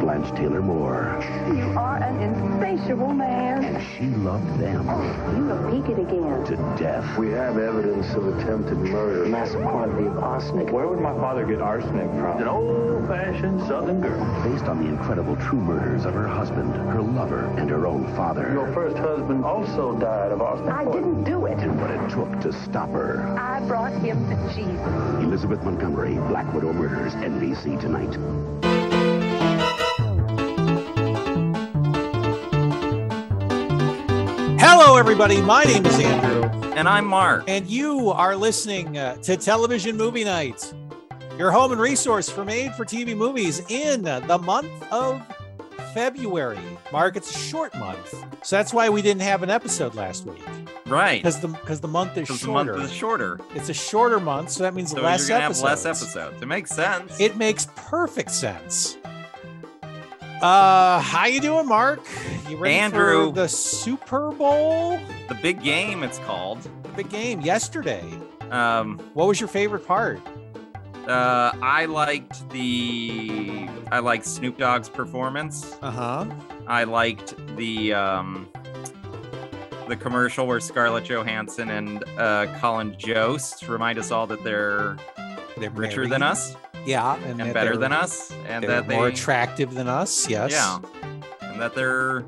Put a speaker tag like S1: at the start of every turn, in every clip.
S1: Florence Taylor Moore.
S2: You are an insatiable man.
S1: And she loved them
S2: You have peaked again.
S1: to death.
S3: We have evidence of attempted murder.
S4: Massive quantity of arsenic.
S5: Where would my father get arsenic from?
S3: An old-fashioned Southern girl.
S1: Based on the incredible true murders of her husband, her lover, and her own father.
S3: Your first husband also died of arsenic.
S2: I didn't do it.
S1: And what it took to stop her.
S2: I brought him to Jesus.
S1: Elizabeth Montgomery, Black Widow Murders, NBC tonight.
S6: Hello, everybody. My name is Andrew,
S7: And I'm Mark.
S6: and you are listening uh, to Television Movie Night, your home and resource for made for TV movies in the month of February. Mark, it's a short month. So that's why we didn't have an episode last week
S7: Right.
S6: because the, because the month is
S7: Because the
S6: shorter.
S7: month is shorter.
S6: it's a shorter month. So that means
S7: So
S6: less
S7: you're gonna
S6: episodes.
S7: have less episodes. It makes sense.
S6: It makes perfect sense. Uh, how you doing, Mark? You ready
S7: Andrew.
S6: for the Super Bowl?
S7: the big game it's called.
S6: The game yesterday.
S7: Um
S6: What was your favorite part?
S7: uh I liked the I liked Snoop Dogg's performance.
S6: Uh
S7: Uh-huh.
S6: huh.
S7: I liked the um the commercial where Scarlett Johansson and uh, Colin Jost remind us all that they're
S6: They're
S7: richer
S6: married.
S7: than us
S6: Yeah,
S7: and,
S6: that
S7: better
S6: they're-
S7: than us, and
S6: they're
S7: that they
S6: more attractive than us. Yes.
S7: yeah, and that they're.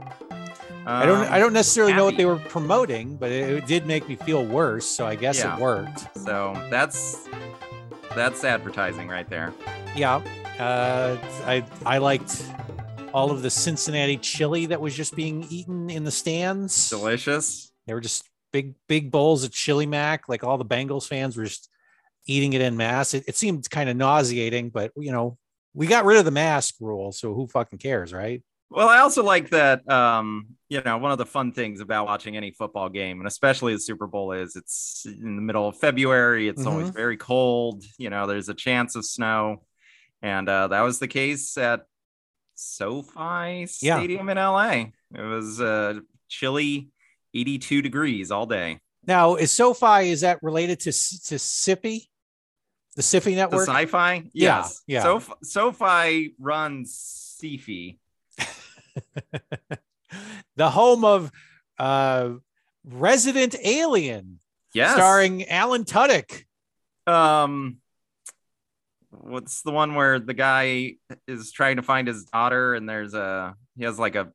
S6: I don't. I
S7: um,
S6: don't necessarily know what
S7: happy.
S6: they were promoting, but it, it did make me feel worse. So I guess
S7: Yeah.
S6: it worked.
S7: So that's that's advertising right there.
S6: Yeah. Uh, I I liked all of the Cincinnati chili that was just being eaten in the stands.
S7: Delicious.
S6: They were just big big bowls of chili mac. Like all the Bengals fans were just eating it in mass. It, it seemed kind of nauseating, but you know we got rid of the mask rule, so who fucking cares, right?
S7: Well, I also like that um, you know, one of the fun things about watching any football game, and especially the Super Bowl is it's in the middle of February,
S6: Mm-hmm.
S7: it's always very cold, you know, there's a chance of snow. And uh, that was the case at SoFi
S6: Yeah.
S7: Stadium in LA. It was uh chilly 82 degrees all day.
S6: Now, is SoFi is that related to S- to SIFI, the SIFI
S7: The
S6: network?
S7: sci-fi?
S6: Yeah,
S7: Yes.
S6: yeah.
S7: Sof- SoFi runs SIFI.
S6: the home of uh, Resident Alien,
S7: Yes.
S6: starring Alan Tudyk.
S7: um what's the one where the guy is trying to find his daughter and there's a he has like a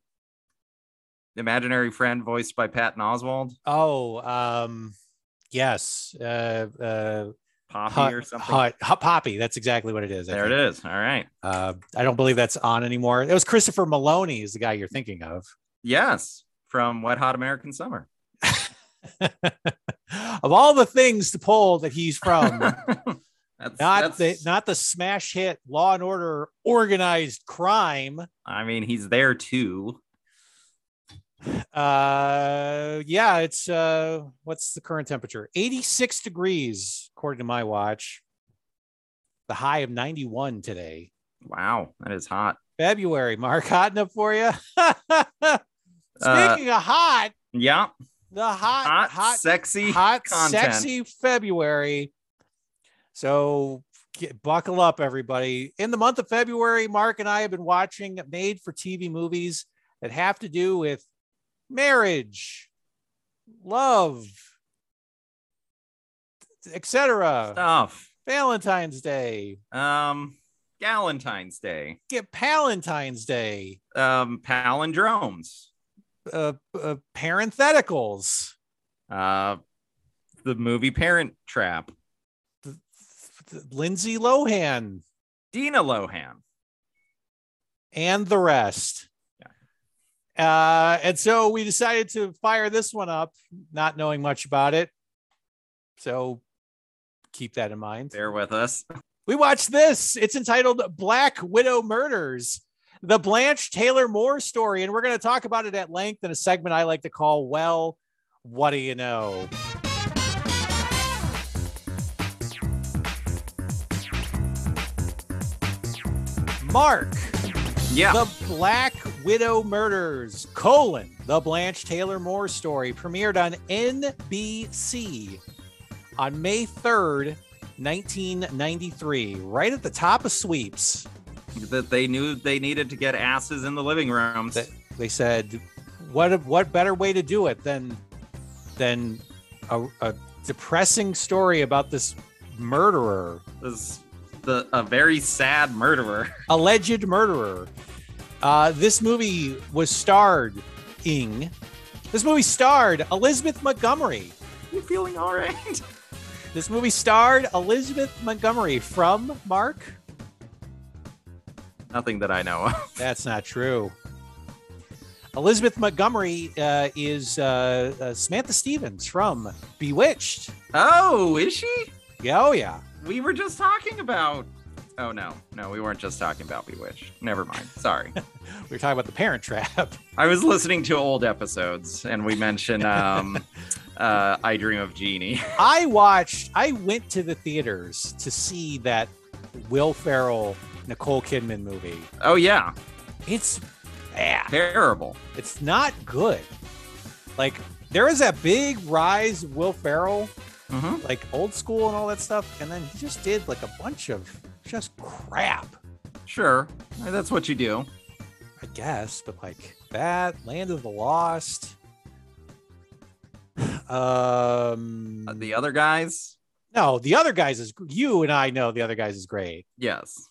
S7: imaginary friend voiced by Patton Oswald,
S6: Oh, um, yes, uh, uh,
S7: Poppy
S6: Hot-
S7: or something.
S6: Hot- Hot Poppy. That's exactly what it is. I
S7: There it
S6: think.
S7: is. All right.
S6: Uh, I don't believe that's on anymore. It was Christopher Maloney, is the guy you're thinking of.
S7: Yes, from Wet Hot American Summer.
S6: of all the things to pull that he's from,
S7: that's
S6: Um, not
S7: that's-
S6: the not the smash hit Law and Order organized crime.
S7: I mean, he's there too.
S6: Uh, yeah, it's uh, what's the current temperature? 86 degrees, according to my watch. The high of 91 today.
S7: Wow, that is hot.
S6: February, Mark, hot enough for you?
S7: Uh,
S6: Speaking of hot,
S7: Yeah,
S6: the hot,
S7: hot,
S6: hot,
S7: sexy,
S6: hot,
S7: content.
S6: sexy February. So get, buckle up, everybody. In the month of February, Mark and I have been watching made for TV movies that have to do with marriage, love, etc.
S7: stuff.
S6: Valentine's Day,
S7: Um, Galentine's Day.
S6: get Palentine's Day,
S7: Um, palindromes.
S6: uh, uh, parentheticals.
S7: Uh, the movie Parent Trap,
S6: th- th- Lindsay Lohan
S7: Dina Lohan.
S6: and the rest. Uh, and so we decided to fire this one up, not knowing much about it. So keep that in mind.
S7: There with us.
S6: We watched this. It's entitled Black Widow Murders, the Blanche Taylor Moore story. And we're going to talk about it at length in a segment I like to call Well, What Do You Know? Mark,
S7: Yeah.
S6: the Black Widow Murders, colon, the Blanche Taylor Moore story premiered on NBC on May 3rd, 1993, right at the top of sweeps.
S7: that they knew they needed to get asses in the living rooms.
S6: That- they said what what better way to do it than than a, a depressing story about this murderer
S7: This the a very sad murderer.
S6: alleged murderer uh, this movie was starred ing this movie starred elizabeth montgomery
S7: You feeling all right?
S6: this movie starred elizabeth montgomery from mark
S7: Nothing that I know of.
S6: That's not true. Elizabeth Montgomery uh, is uh, uh, Samantha Stevens from Bewitched.
S7: Oh, is she?
S6: Yeah, oh yeah.
S7: We were just talking about. Oh no, no, we weren't just talking about Bewitched. Never mind. Sorry.
S6: We were talking about the Parent Trap.
S7: I was listening to old episodes, and we mentioned um, uh, "I Dream of Jeannie."
S6: I watched. I went to the theaters to see that Will Ferrell Nicole Kidman movie.
S7: Oh yeah,
S6: It's bad.
S7: terrible.
S6: It's not good. Like there is that big rise of Will Ferrell,
S7: hmm
S6: like old school and all that stuff, and then he just did like a bunch of just crap.
S7: Sure, that's what you do.
S6: I guess, but like that Land of the Lost. Um,
S7: Uh, The other guys,
S6: no, the other guys is you and I know the other guys is great.
S7: yes.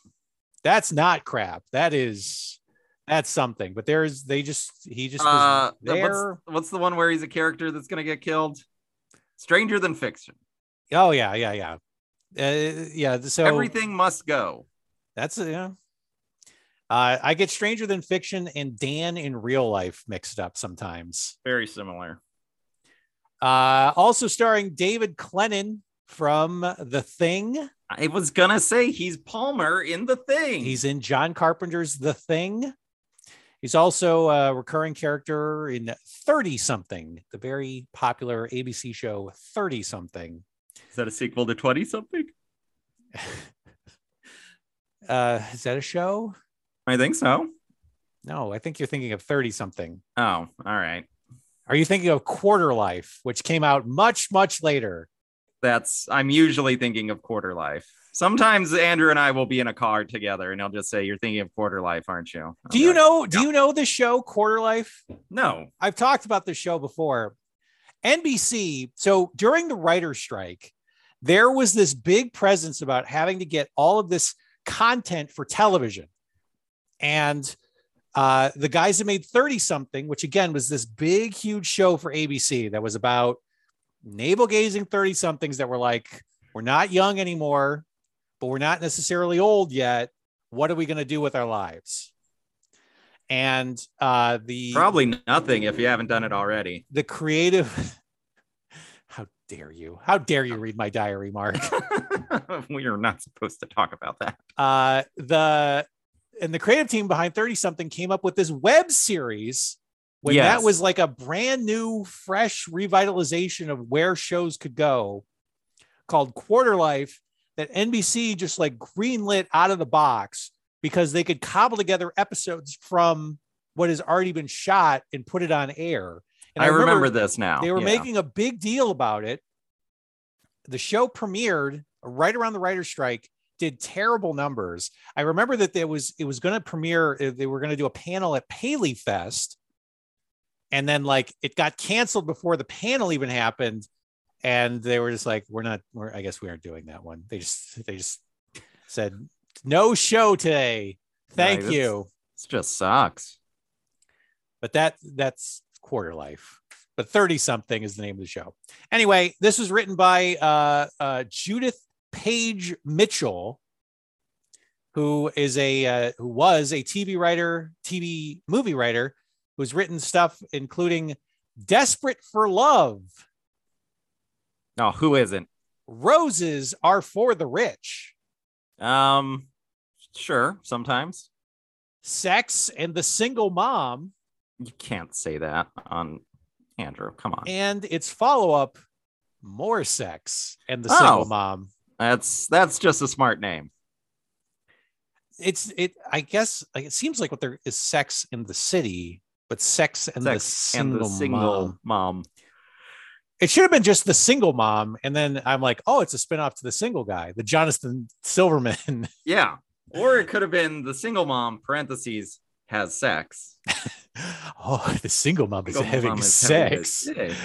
S6: That's not crap. That is that's something. But there's they just he just was
S7: Uh,
S6: there.
S7: what's, what's the one where he's a character that's gonna get killed? Stranger than fiction.
S6: Oh yeah, yeah, yeah, uh, yeah. So
S7: Everything must go.
S6: that's yeah. Uh, I get Stranger Than Fiction and Dan in real life mixed up sometimes.
S7: Very similar.
S6: Uh, also starring David Clennon from The Thing.
S7: I was gonna say he's Palmer in the thing.
S6: He's in John Carpenter's The Thing. He's also a recurring character in 30 something, the very popular ABC show 30 something.
S7: is that a sequel to Twenty Something?
S6: Uh, is that a show?
S7: I think so.
S6: No, I think you're thinking of 30 something.
S7: Oh, all right.
S6: Are you thinking of Quarter Life, which came out much, much later?
S7: That's I'm usually thinking of Quarter Life. Sometimes Andrew and I will be in a car together, and he'll just say, "You're thinking of Quarter Life, aren't you?"
S6: Do you know? Do you know the show Quarter Life?
S7: No.
S6: I've talked about this show before. NBC, so during the writer's strike, there was this big presence about having to get all of this content for television. And uh, the guys that made 30 something, which again was this big, huge show for ABC that was about navel gazing 30 somethings that were like, we're not young anymore, but we're not necessarily old yet. What are we going to do with our lives? And uh, the
S7: Probably nothing if you haven't done it already.
S6: the creative how dare you how dare you read my diary mark
S7: we are not supposed to talk about that.
S6: uh the and the creative team behind 30 something came up with this web series when
S7: Yes.
S6: that was like a brand new fresh revitalization of where shows could go called quarter life that nbc just like greenlit out of the box because they could cobble together episodes from what has already been shot and put it on air and
S7: I, remember, this now.
S6: They were
S7: Yeah.
S6: making a big deal about it. The show premiered right around the writer's strike, did terrible numbers. I remember that there was it was going to premiere, uh, they were going to do a panel at Paley Fest. And then like it got canceled before the panel even happened. And they were just like, we're not, we're, I guess we aren't doing that one. They just they just said, no show today. Thank
S7: Nice.
S6: you.
S7: This just sucks.
S6: but that that's quarter life but 30 something is the name of the show anyway this was written by uh, uh, judith page mitchell who is a uh, who was a tv writer tv movie writer who's written stuff including desperate for love
S7: No, who isn't?
S6: roses are for the rich
S7: Um, sure. Sometimes
S6: sex and the single mom
S7: you can't say that on Andrew. Come on.
S6: and its follow-up more sex and the
S7: Oh.
S6: single mom
S7: That's that's just a smart name.
S6: it's it i guess like, it seems like what there is sex in the city but sex and the
S7: Sex and
S6: single,
S7: the single
S6: mom.
S7: mom.
S6: it should have been just the single mom and then i'm like oh it's a spin-off to the single guy the jonathan silverman
S7: Yeah. or it could have been the single mom parentheses has sex.
S6: Oh, the single mom is
S7: Single
S6: having
S7: mom is having
S6: sex.
S7: sex.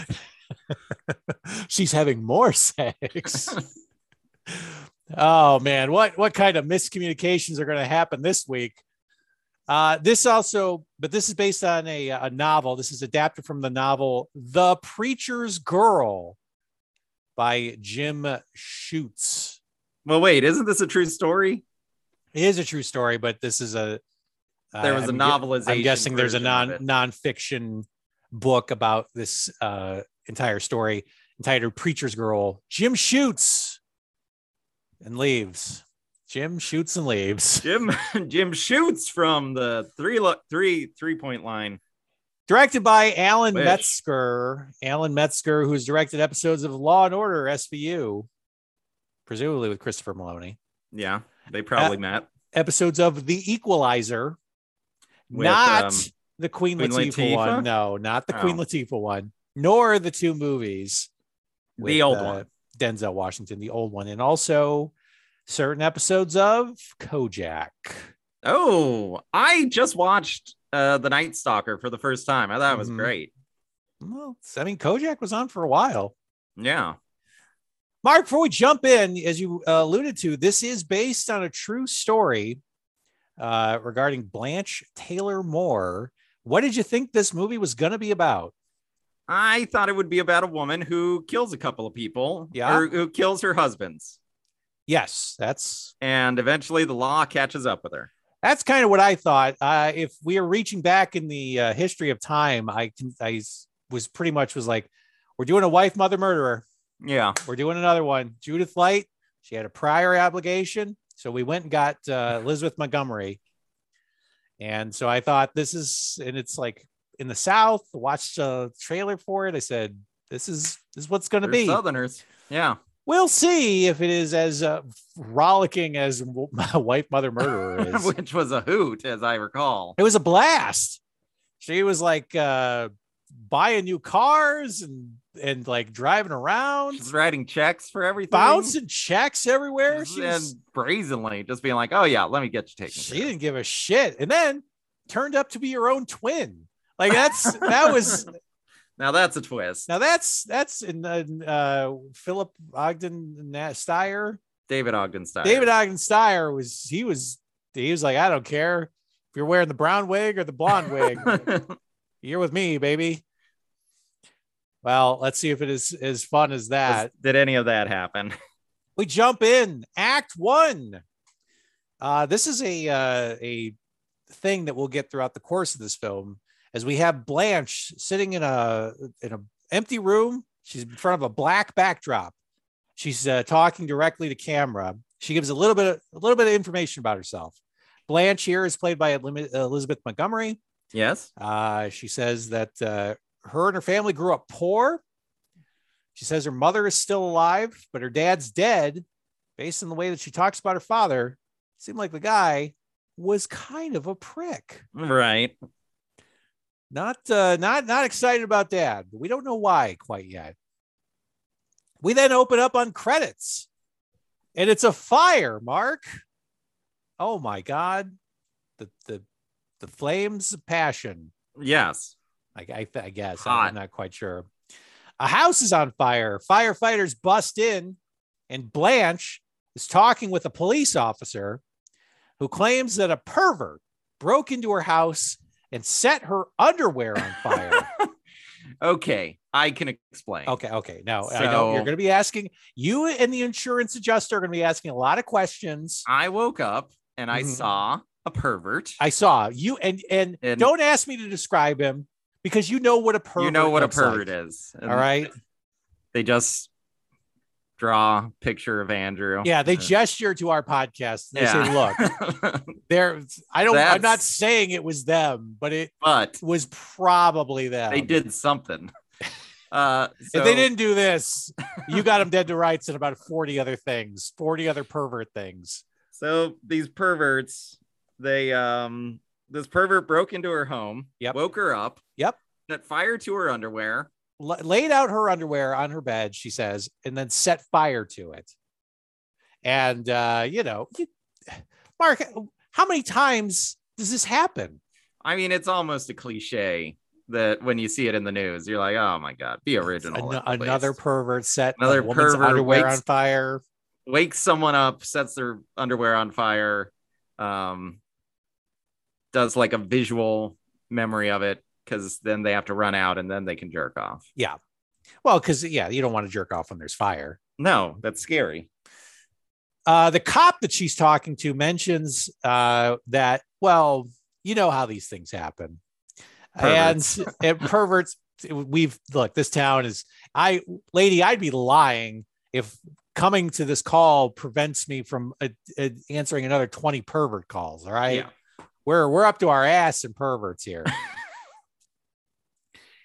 S6: She's having more sex. oh man, what what kind of miscommunications are going to happen this week? Uh, this also, but this is based on a, a novel. This is adapted from the novel "The Preacher's Girl" by Jim Schutz.
S7: Well, wait, isn't this a true story?
S6: It is a true story, but this is a uh,
S7: There was
S6: I'm
S7: a
S6: gu-
S7: novelization.
S6: I'm guessing there's a
S7: version of
S6: non
S7: it.
S6: nonfiction book about this uh, entire story entitled "Preacher's Girl." Jim shoots and leaves. Jim shoots and leaves.
S7: Jim Jim shoots from the three lo- three three point line.
S6: Directed by Alan
S7: Wish.
S6: Metzger. Alan Metzger, who's directed episodes of Law and Order SVU, presumably with Christopher Maloney.
S7: Yeah,
S6: Uh,
S7: they probably met.
S6: Episodes of The Equalizer,
S7: With,
S6: not
S7: um,
S6: the Queen,
S7: Queen
S6: Latifah,
S7: Latifah?
S6: one. No, not the Queen
S7: Oh.
S6: Latifah one, nor the two movies.
S7: The old
S6: uh,
S7: one.
S6: Denzel Washington, the old one, and also certain episodes of Kojak.
S7: Oh, I just watched uh, the Night Stalker for the first time. I thought it was
S6: Mhm.
S7: great.
S6: Well, I mean, Kojak was on for a while.
S7: Yeah.
S6: Mark, before we jump in, as you uh, alluded to, this is based on a true story uh, regarding Blanche Taylor Moore. What did you think this movie was going to be about?
S7: I thought it would be about a woman who kills a couple of people,
S6: Yeah.
S7: or who kills her husbands,
S6: Yes, that's
S7: and eventually the law catches up with her.
S6: That's kind of what I thought. Uh, if we are reaching back in the uh, history of time, I can, I s- was pretty much was like, we're doing a wife, mother, murderer.
S7: Yeah,
S6: We're doing another one. Judith Light, she had a prior obligation, so we went and got uh, Elizabeth Montgomery. And so I thought this is, and it's like in the South. Watched a trailer for it. I said, this is this is what's going to
S7: they're
S6: be.
S7: Southerners. Yeah,
S6: We'll see if it is as uh, rollicking as my wife, mother, murderer is.
S7: which was a hoot, as I recall.
S6: It was a blast. She was like uh buying new cars and and like driving around,
S7: She's writing checks for everything,
S6: bouncing checks everywhere. She, was,
S7: and brazenly just being like, "Oh yeah, let me get you taken."
S6: she
S7: care of."
S6: didn't give a shit. And then turned up to be your own twin. Like that's that was
S7: Now that's a twist.
S6: now that's that's in uh, Philip Ogden Na- Steyer.
S7: David Ogden style.
S6: David Ogden Steyer was he was he was like I don't care if you're wearing the brown wig or the blonde wig. You're with me, baby. Well, let's see if it is as fun as that.
S7: Did any of that happen?
S6: We jump in Act One. Uh, this is a uh, a thing that we'll get throughout the course of this film, as we have Blanche sitting in a in a empty room. She's in front of a black backdrop. She's uh, talking directly to camera. She gives a little bit of, a little bit of information about herself. Blanche here is played by Elimi- Elizabeth Montgomery.
S7: Yes.
S6: Uh, she says that uh, her and her family grew up poor. She says her mother is still alive, but her dad's dead. Based on the way that she talks about her father, it seemed like the guy was kind of a prick.
S7: Right.
S6: Not uh, not not excited about dad. But we don't know why quite yet. We then open up on credits, and it's a fire. Mark, oh my god, the the the flames of passion.
S7: Yes.
S6: I, I, th- I guess
S7: Hot.
S6: I'm not quite sure. A house is on fire. Firefighters bust in, and Blanche is talking with a police officer who claims that a pervert broke into her house and set her underwear on fire.
S7: Okay, I can explain.
S6: okay, okay. Now I know you're
S7: So-
S6: going to be asking you and the insurance adjuster are going to be asking a lot of questions.
S7: I woke up and I
S6: Mhm.
S7: saw a pervert.
S6: I saw you and and,
S7: And-
S6: don't ask me to describe him because you know what a pervert
S7: you know what a
S6: looks like.
S7: pervert is.
S6: All right.
S7: They just draw a picture of Andrew. Uh,
S6: Yeah, they gesture to our podcast. They say,
S7: Yeah.
S6: "Look, there i don't i'm not
S7: That's-
S6: saying it was them but it
S7: but
S6: was probably them
S7: they did something. Uh,
S6: Um,
S7: so
S6: if they didn't do this you got them dead to rights and about 40 other things 40 other pervert things
S7: So these perverts, they um this pervert broke into her home,
S6: Yep.
S7: woke her up,
S6: Yep.
S7: set fire to her underwear.
S6: L- laid out her underwear on her bed she says and then set fire to it and uh you know you, Mark, how many times does this happen?
S7: I mean, it's almost a cliche that when you see it in the news, you're like, oh my god, be original.
S6: An-
S7: at
S6: another
S7: least.
S6: pervert set a
S7: Another
S6: woman's
S7: pervert
S6: underwear
S7: wakes-
S6: on fire.
S7: wakes someone up, sets their underwear on fire, um, does like a visual memory of it because then they have to run out and then they can jerk off.
S6: Well, because yeah, you don't want to jerk off when there's fire.
S7: No, that's scary.
S6: Uh, the cop that she's talking to mentions uh, that, well, you know how these things happen.
S7: Perverts.
S6: And it perverts. We've look, this town is I lady, I'd be lying if coming to this call prevents me from uh, uh, answering another 20 pervert calls. All right.
S7: Yeah.
S6: We're we're up to our ass in perverts here.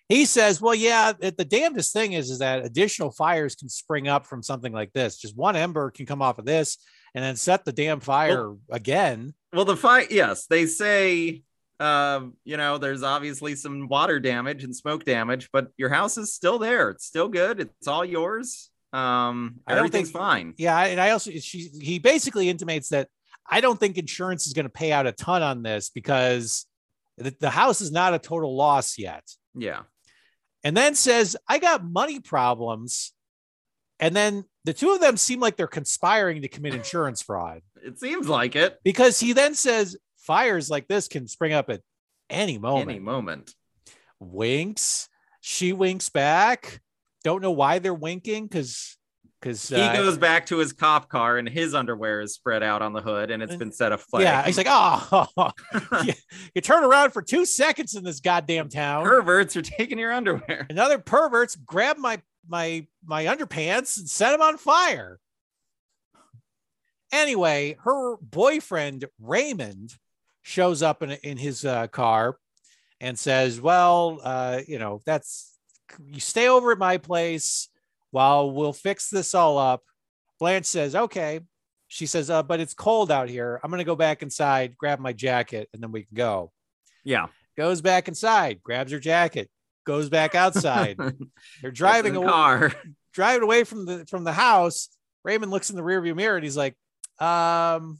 S6: he says, "Well, yeah, the the damnedest thing is is that additional fires can spring up from something like this. Just one ember can come off of this and then set the damn fire again."
S7: Well, the fight, yes, they say, um, you know, there's obviously some water damage and smoke damage, but your house is still there. It's still good. It's all yours. Um,
S6: I don't
S7: everything's
S6: think-
S7: fine.
S6: Yeah, and I also she he basically intimates that I don't think insurance is going to pay out a ton on this because the, the house is not a total loss yet.
S7: Yeah.
S6: and then says, I got money problems. And then the two of them seem like they're conspiring to commit insurance fraud
S7: It seems like it.
S6: because he then says, fires like this can spring up at any moment.
S7: Any moment.
S6: Winks. She winks back. Don't know why they're winking uh, because, because,
S7: He goes back to his cop car and his underwear is spread out on the hood and it's been set aflame.
S6: Eh, yeah, he's like, oh, you, you turn around for two seconds in this goddamn town.
S7: perverts are taking your underwear.
S6: another perverts grabbed my my my underpants and set them on fire. Anyway, her boyfriend Raymond shows up in in his uh, car and says, "Well, uh, you know, that's you stay over at my place while we'll fix this all up." Blanche says, "Okay." She says, uh, "But it's cold out here. I'm going to go back inside, grab my jacket, and then we can go."
S7: Yeah.
S6: Goes back inside, grabs her jacket, goes back outside. They're driving
S7: a
S6: away,
S7: car.
S6: driving away from the from the house. Raymond looks in the rearview mirror and he's like, um,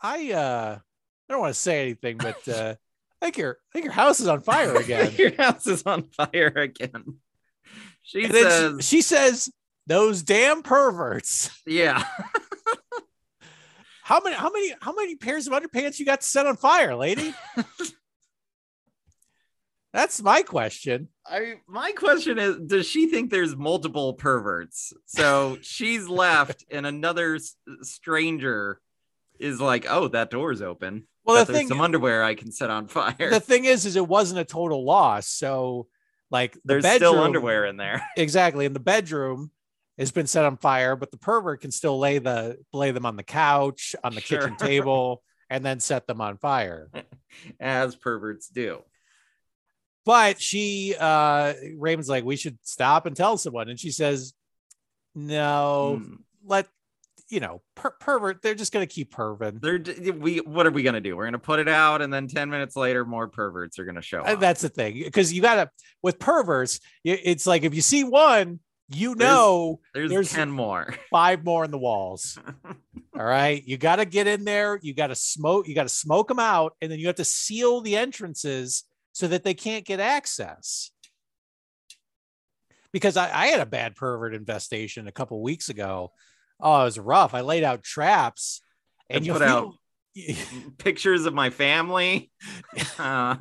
S6: I uh I don't want to say anything, but uh I think your I think your house is on fire again.
S7: your house is on fire again. She
S6: and
S7: says,
S6: then she, she says, those damn perverts.
S7: yeah.
S6: How many how many how many pairs of underpants you got set on fire, lady? That's my question.
S7: I my question is does she think there's multiple perverts? So she's left and another s- stranger is like, "Oh, that door's open.
S6: Well,
S7: That
S6: the
S7: there's
S6: thing
S7: some underwear I can set on fire.
S6: the thing is, is it wasn't a total loss. So, like, the
S7: there's
S6: bedroom,
S7: still underwear in there."
S6: exactly in the bedroom has been set on fire, but the pervert can still lay the lay them on the couch, on the kitchen
S7: Sure.
S6: table, and then set them on fire.
S7: as perverts do.
S6: But she, uh, Raymond's like, we should stop and tell someone, and she says, no,
S7: Mm.
S6: let you know, per- pervert. They're just gonna keep perving.
S7: They're d- we what are we gonna do? We're gonna put it out, and then ten minutes later, more perverts are gonna show
S6: Uh,
S7: up.
S6: That's the thing, because you gotta with perverts, i- it's like if you see one, you
S7: There's-
S6: know.
S7: there's,
S6: there's-
S7: ten more.
S6: five more in the walls. All right. You got to get in there. You got to smoke. You got to smoke them out. And then you have to seal the entrances so that they can't get access. Because I, I had a bad pervert infestation a couple weeks ago. Oh, it was rough. I laid out traps and
S7: I
S6: you
S7: put
S6: feel,
S7: Pictures of my family, uh,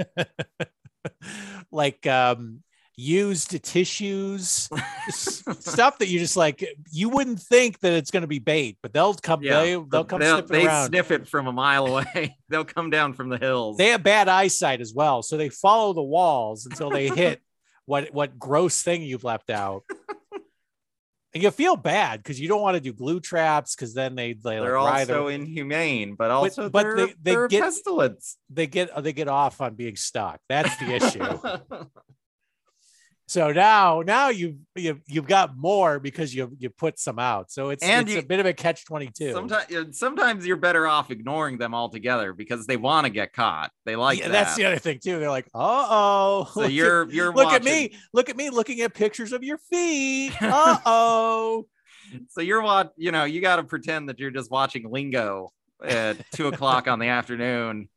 S6: like um, used tissues, s- stuff that you just like, you wouldn't think that it's going to be bait, but they'll come,
S7: Yeah,
S6: they, they'll come
S7: they'll-
S6: sniffing
S7: they
S6: around.
S7: sniff it from a mile away. they'll come down from the hills.
S6: they have bad eyesight as well so they follow the walls until they hit what what gross thing you've left out and you feel bad because you don't want to do glue traps because then they they like,
S7: are
S6: writhe-
S7: also inhumane, but also
S6: but
S7: they're,
S6: they- they
S7: they're a
S6: get-
S7: pestilence.
S6: they get they get off on being stuck that's the issue so now now you you've, you've got more because you you put some out so it's
S7: And
S6: it's
S7: you-
S6: a bit of a catch 22
S7: sometimes, sometimes you're better off ignoring them altogether because they want to get caught. They like
S6: Yeah,
S7: that.
S6: that's the other thing too they're like uh-oh
S7: so
S6: Look at-
S7: you're you're
S6: look at
S7: watching-
S6: me look at me looking at pictures of your feet uh-oh
S7: So you're what you know, you got to pretend that you're just watching Lingo at two o'clock on the afternoon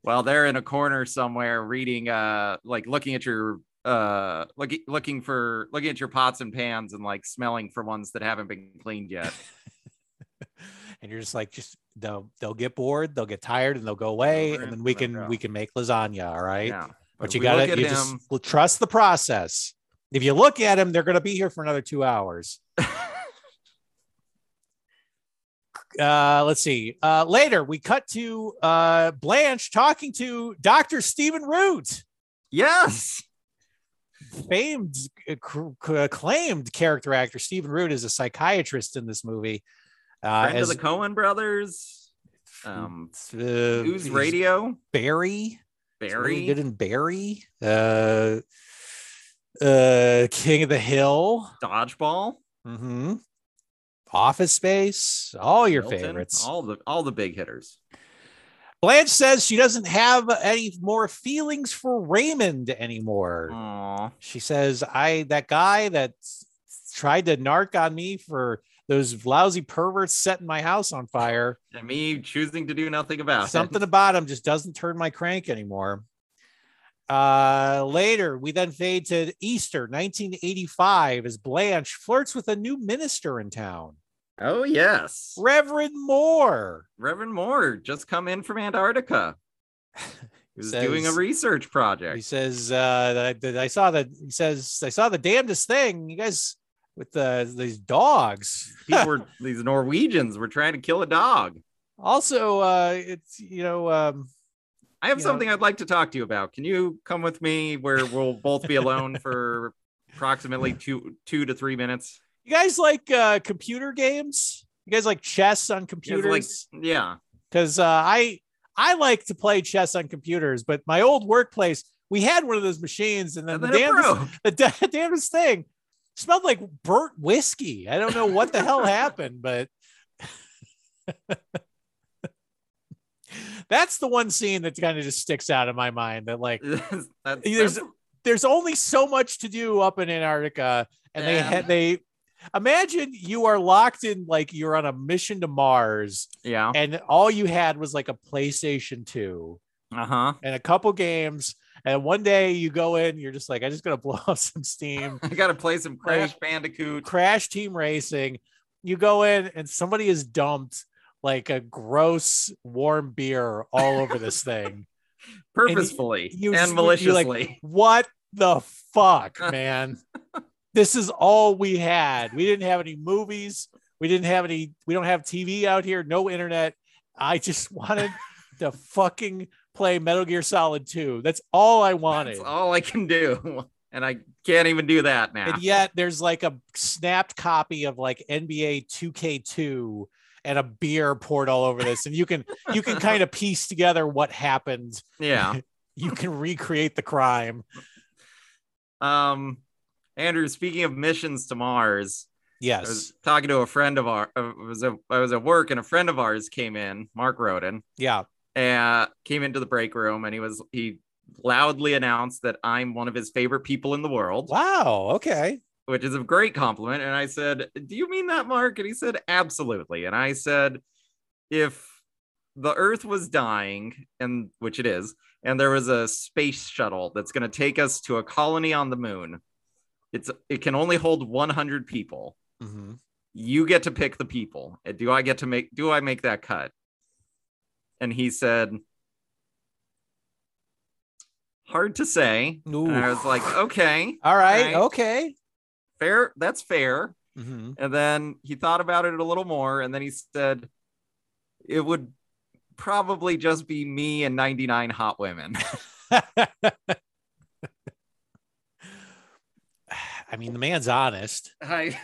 S7: while they're in a corner somewhere reading uh like looking at your uh look, looking for looking at your pots and pans and like smelling for ones that haven't been cleaned yet
S6: and you're just like just they'll they'll get bored they'll get tired and they'll go away and
S7: Over and
S6: then we
S7: over and
S6: can
S7: out.
S6: we can make lasagna all right
S7: yeah
S6: but you
S7: we look
S6: gotta
S7: at
S6: you just l- trust the process if you look at them they're gonna be here for another two hours uh let's see uh later we cut to uh blanche talking to dr stephen root
S7: yes
S6: famed acc- acclaimed character actor stephen root is a psychiatrist in this movie uh
S7: friend
S6: as
S7: of the cohen brothers um
S6: uh,
S7: news
S6: he's
S7: radio
S6: barry Really
S7: barry
S6: good in Barry. Uh, uh, King of the Hill.
S7: dodgeball
S6: hmm Office Space. All your
S7: Milton,
S6: favorites.
S7: all the all the big hitters
S6: Blanche says she doesn't have any more feelings for Raymond anymore.
S7: Mm. Aww.
S6: She says, "I that guy that s- tried to narc on me for." Those lousy perverts setting my house on fire.
S7: and me choosing to do nothing about it.
S6: Something about him just doesn't turn my crank anymore. Uh, later, we then fade to Easter 1985 as Blanche flirts with a new minister in town,
S7: oh yes
S6: Reverend Moore.
S7: Reverend Moore just come in from Antarctica. He was doing a
S6: Says-
S7: research
S6: He
S7: project.
S6: says, uh, that I, that I saw that he says, I saw the damnedest thing. You guys with the these dogs.
S7: People were these Norwegians were trying to kill a dog.
S6: Also, uh, it's you know, um,
S7: I have
S6: You know-
S7: something I'd like to talk to you about. Can you come with me where we'll both be alone for approximately two two to three minutes?
S6: you guys like uh computer games, you guys like chess on
S7: You guys are
S6: computers.
S7: Like, yeah.
S6: because uh, I I like to play chess on computers, but my old workplace we had one of those machines, and then,
S7: And then
S6: the
S7: it
S6: damnedest,
S7: broke.
S6: the da- damnedest thing smelled like burnt whiskey. I don't know what the hell happened, but that's the one scene that kind of just sticks out in my mind. That like
S7: That's- that's-
S6: There's- there's only so much to do up in Antarctica, and they
S7: Yeah.
S6: had they. Imagine you are locked in like you're on a mission to Mars
S7: yeah.
S6: and all you had was like a PlayStation 2
S7: Uh-huh.
S6: and a couple games. And one day you go in, you're just like, I just gonna blow up some steam.
S7: I gotta play some Crash Bandicoot.
S6: Crash Team Racing. You go in and somebody has dumped like a gross warm beer all over this thing.
S7: Purposefully and,
S6: you- you- you, like-
S7: maliciously.
S6: What the fuck, man? this is all we had. We didn't have any movies. We didn't have any. We don't have TV out here. No internet. I just wanted to fucking play Metal Gear Solid 2. That's all I wanted.
S7: That's all I can do. And I can't even do that now.
S6: and yet there's like a snapped copy of like NBA 2K2 and a beer poured all over this. And you can you can kind of piece together what happened.
S7: yeah.
S6: You can recreate the crime.
S7: Um, Andrew, speaking of missions to Mars, I
S6: Yes.
S7: was talking to a friend of our. I was at, I was at work, and a friend of ours came in, Mark Roden,
S6: Yeah.
S7: uh, came into the break room, and he was he loudly announced that I'm one of his favorite people in the world,
S6: Wow. Okay.
S7: which is a great compliment. And I said, "Do you mean that, Mark?" And he said, "Absolutely." And I said, "If." The Earth was dying, and which it is, and there was a space shuttle that's going to take us to a colony on the moon. It's it can only hold 100 people.
S6: Mm-hmm.
S7: you get to pick the people. And Do I get to make do I make that cut? And he said, Hard to say. And I was like, okay,
S6: All right.
S7: Right.
S6: Okay.
S7: fair, that's fair.
S6: Mhm.
S7: And then he thought about it a little more, and then he said, It would probably just be me and 99 hot women.
S6: I mean, the man's honest.
S7: I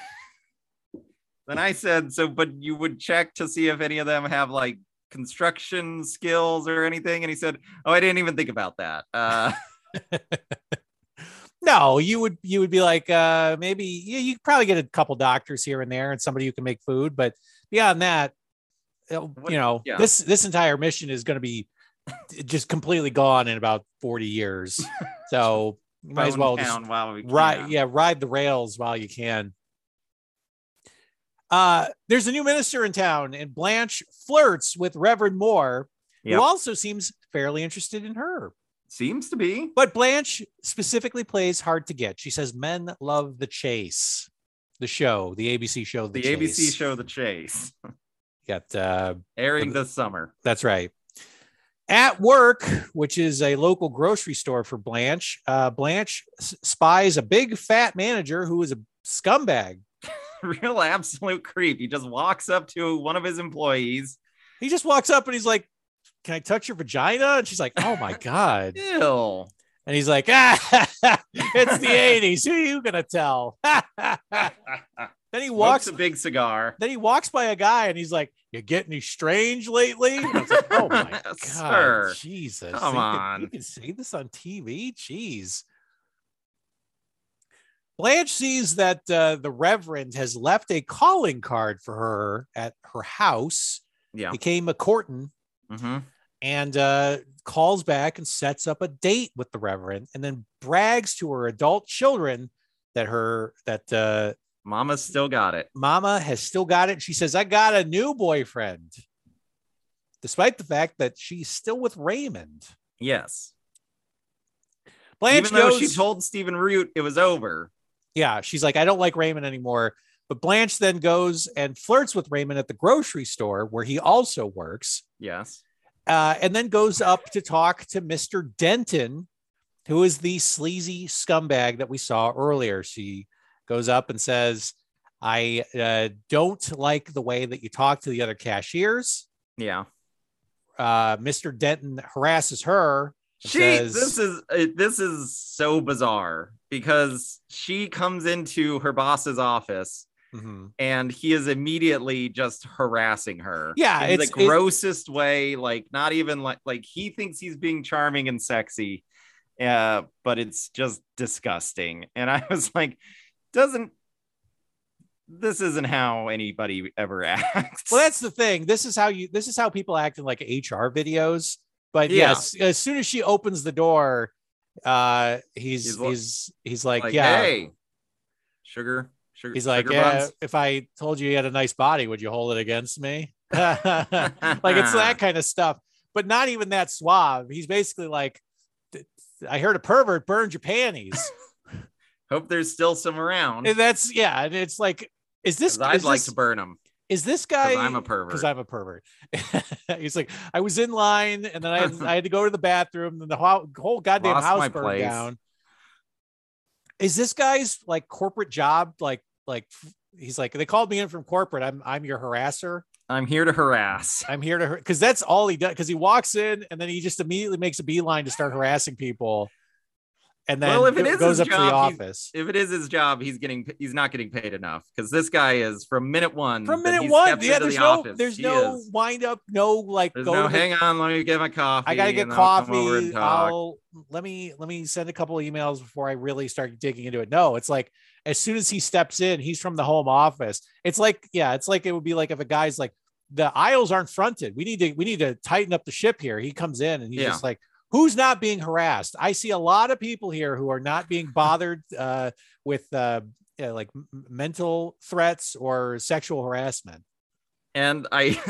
S7: then I said, so but you would check to see if any of them have like construction skills or anything. And he said, Oh, I didn't even think about that. Uh
S6: No, you would you would be like uh, maybe you, you could probably get a couple doctors here and there and somebody who can make food, but beyond that, it'll-
S7: What-
S6: you know,
S7: yeah.
S6: this this entire mission is going to be just completely gone in about forty years. So you might as
S7: bone
S6: well just
S7: town while we
S6: ride
S7: can.
S6: yeah ride the rails while you can Uh, there's a new minister in town, and Blanche flirts with Reverend Moore,
S7: Yep.
S6: who also seems fairly interested in her.
S7: Seems to be.
S6: But Blanche specifically plays hard to get. She says men love the chase, the show, the ABC show, the,
S7: The ABC
S6: Chase.
S7: show The Chase,
S6: Got uh,
S7: airing this summer.
S6: That's right. At work, which is a local grocery store for Blanche, uh, Blanche s- spies a big fat manager who is a scumbag.
S7: Real absolute creep. He just walks up to one of his employees.
S6: He just walks up and he's like, "Can I touch your vagina?" And she's like, "Oh my god!"
S7: Ew.
S6: And he's like, "Ah, it's the '80s. Who are you gonna tell?" then he walks.
S7: Walks a big cigar.
S6: Then he walks by a guy and he's like, "You get any strange lately?" And I was like, "Oh my god,
S7: Sir,
S6: Jesus!
S7: come
S6: you
S7: on.
S6: can, you can see this on TV. Jeez." Blanche sees that uh, the Reverend has left a calling card for her at her house.
S7: Yeah.
S6: He came a courtin
S7: hmm
S6: and uh, calls back and sets up a date with the Reverend, and then brags to her adult children that her that uh,
S7: Mama's still got it.
S6: Mama has still got it. She says, I got a new boyfriend, despite the fact that she's still with Raymond.
S7: Yes.
S6: Blanche
S7: Even though
S6: goes,
S7: she told Stephen Root it was over.
S6: Yeah, she's like, I don't like Raymond anymore. But Blanche then goes and flirts with Raymond at the grocery store where he also works,
S7: Yes.
S6: uh, and then goes up to talk to Mr. Denton, who is the sleazy scumbag that we saw earlier. She goes up and says, I uh, don't like the way that you talk to the other cashiers.
S7: Yeah.
S6: uh, Mr. Denton harasses her. and
S7: She
S6: says-
S7: this is uh, this is so bizarre because she comes into her boss's office
S6: Mhm.
S7: and he is immediately just harassing her.
S6: Yeah,
S7: in
S6: it's-
S7: the
S6: it-
S7: grossest way. Like not even like like he thinks he's being charming and sexy, uh, but it's just disgusting. And I was like, doesn't this isn't how anybody ever acts?
S6: Well, that's the thing. This is how you. This is how people act in like HR videos. But
S7: Yeah.
S6: yes, as soon as she opens the door, uh, he's
S7: He's
S6: he's
S7: li-
S6: he's, like, yeah.
S7: hey, sugar, sugar.
S6: He's like,
S7: sugar
S6: yeah.
S7: buns?"
S6: If I told you you had a nice body, would you hold it against me? like it's
S7: Ah.
S6: that kind of stuff. But not even that suave. He's basically like, "Th- I heard a pervert burned your panties.
S7: Hope there's still some around.
S6: and that's yeah. And it's like, is this?
S7: 'cause I'd
S6: is
S7: like
S6: this-
S7: to burn them
S6: is this guy
S7: because I'm a pervert.
S6: because I'm a pervert. He's like, I was in line and then I had, I had to go to the bathroom and the whole, whole goddamn
S7: Lost my
S6: house burned
S7: place.
S6: down. Is this guy's like corporate job? Like, like f- he's like, they called me in from corporate. I'm, I'm your harasser.
S7: I'm here to harass.
S6: I'm here to, because that's all he does. Cause he walks in and then he just immediately makes a beeline to start harassing people. And then
S7: Well, if it
S6: go-
S7: is
S6: goes
S7: his
S6: up to the
S7: job, he's-
S6: office.
S7: if it is his job, he's getting he's not getting paid enough because this guy is from minute one.
S6: From
S7: that
S6: minute
S7: he
S6: one,
S7: steps
S6: yeah,
S7: into
S6: there's
S7: the
S6: no,
S7: office,
S6: there's
S7: he
S6: no
S7: is.
S6: wind up, no like
S7: there's
S6: go
S7: no.
S6: to the
S7: Hang on, let me get my coffee.
S6: I gotta get
S7: and then I'll come over and
S6: coffee.
S7: talk."
S6: I'll let me let me send a couple of emails before I really start digging into it. No, it's like as soon as he steps in, he's from the home office. It's like yeah, it's like it would be like if a guy's like the aisles aren't fronted. We need to we need to tighten up the ship here. He comes in and he's
S7: Yeah.
S6: just like, who's not being harassed? I see a lot of people here who are not being bothered uh, with uh, yeah, like m- m- mental threats or sexual harassment.
S7: and I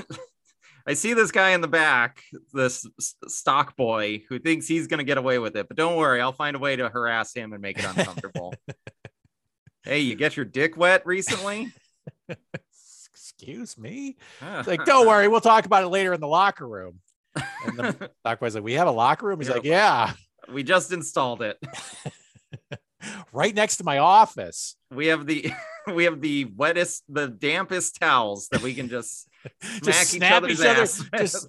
S7: I see this guy in the back, this s- stock boy who thinks he's gonna get away with it. But don't worry, I'll find a way to harass him and make it uncomfortable. hey, you get your dick wet recently?
S6: Excuse me. It's like, don't worry, we'll talk about it later in the locker room. And the doc boy's like, we have a locker room. He's like, yeah,
S7: we just installed it.
S6: right next to my office.
S7: We have the we have the wettest, the dampest towels that we can just smack
S6: Just
S7: each
S6: snap
S7: other's
S6: each other-
S7: ass. with.
S6: just-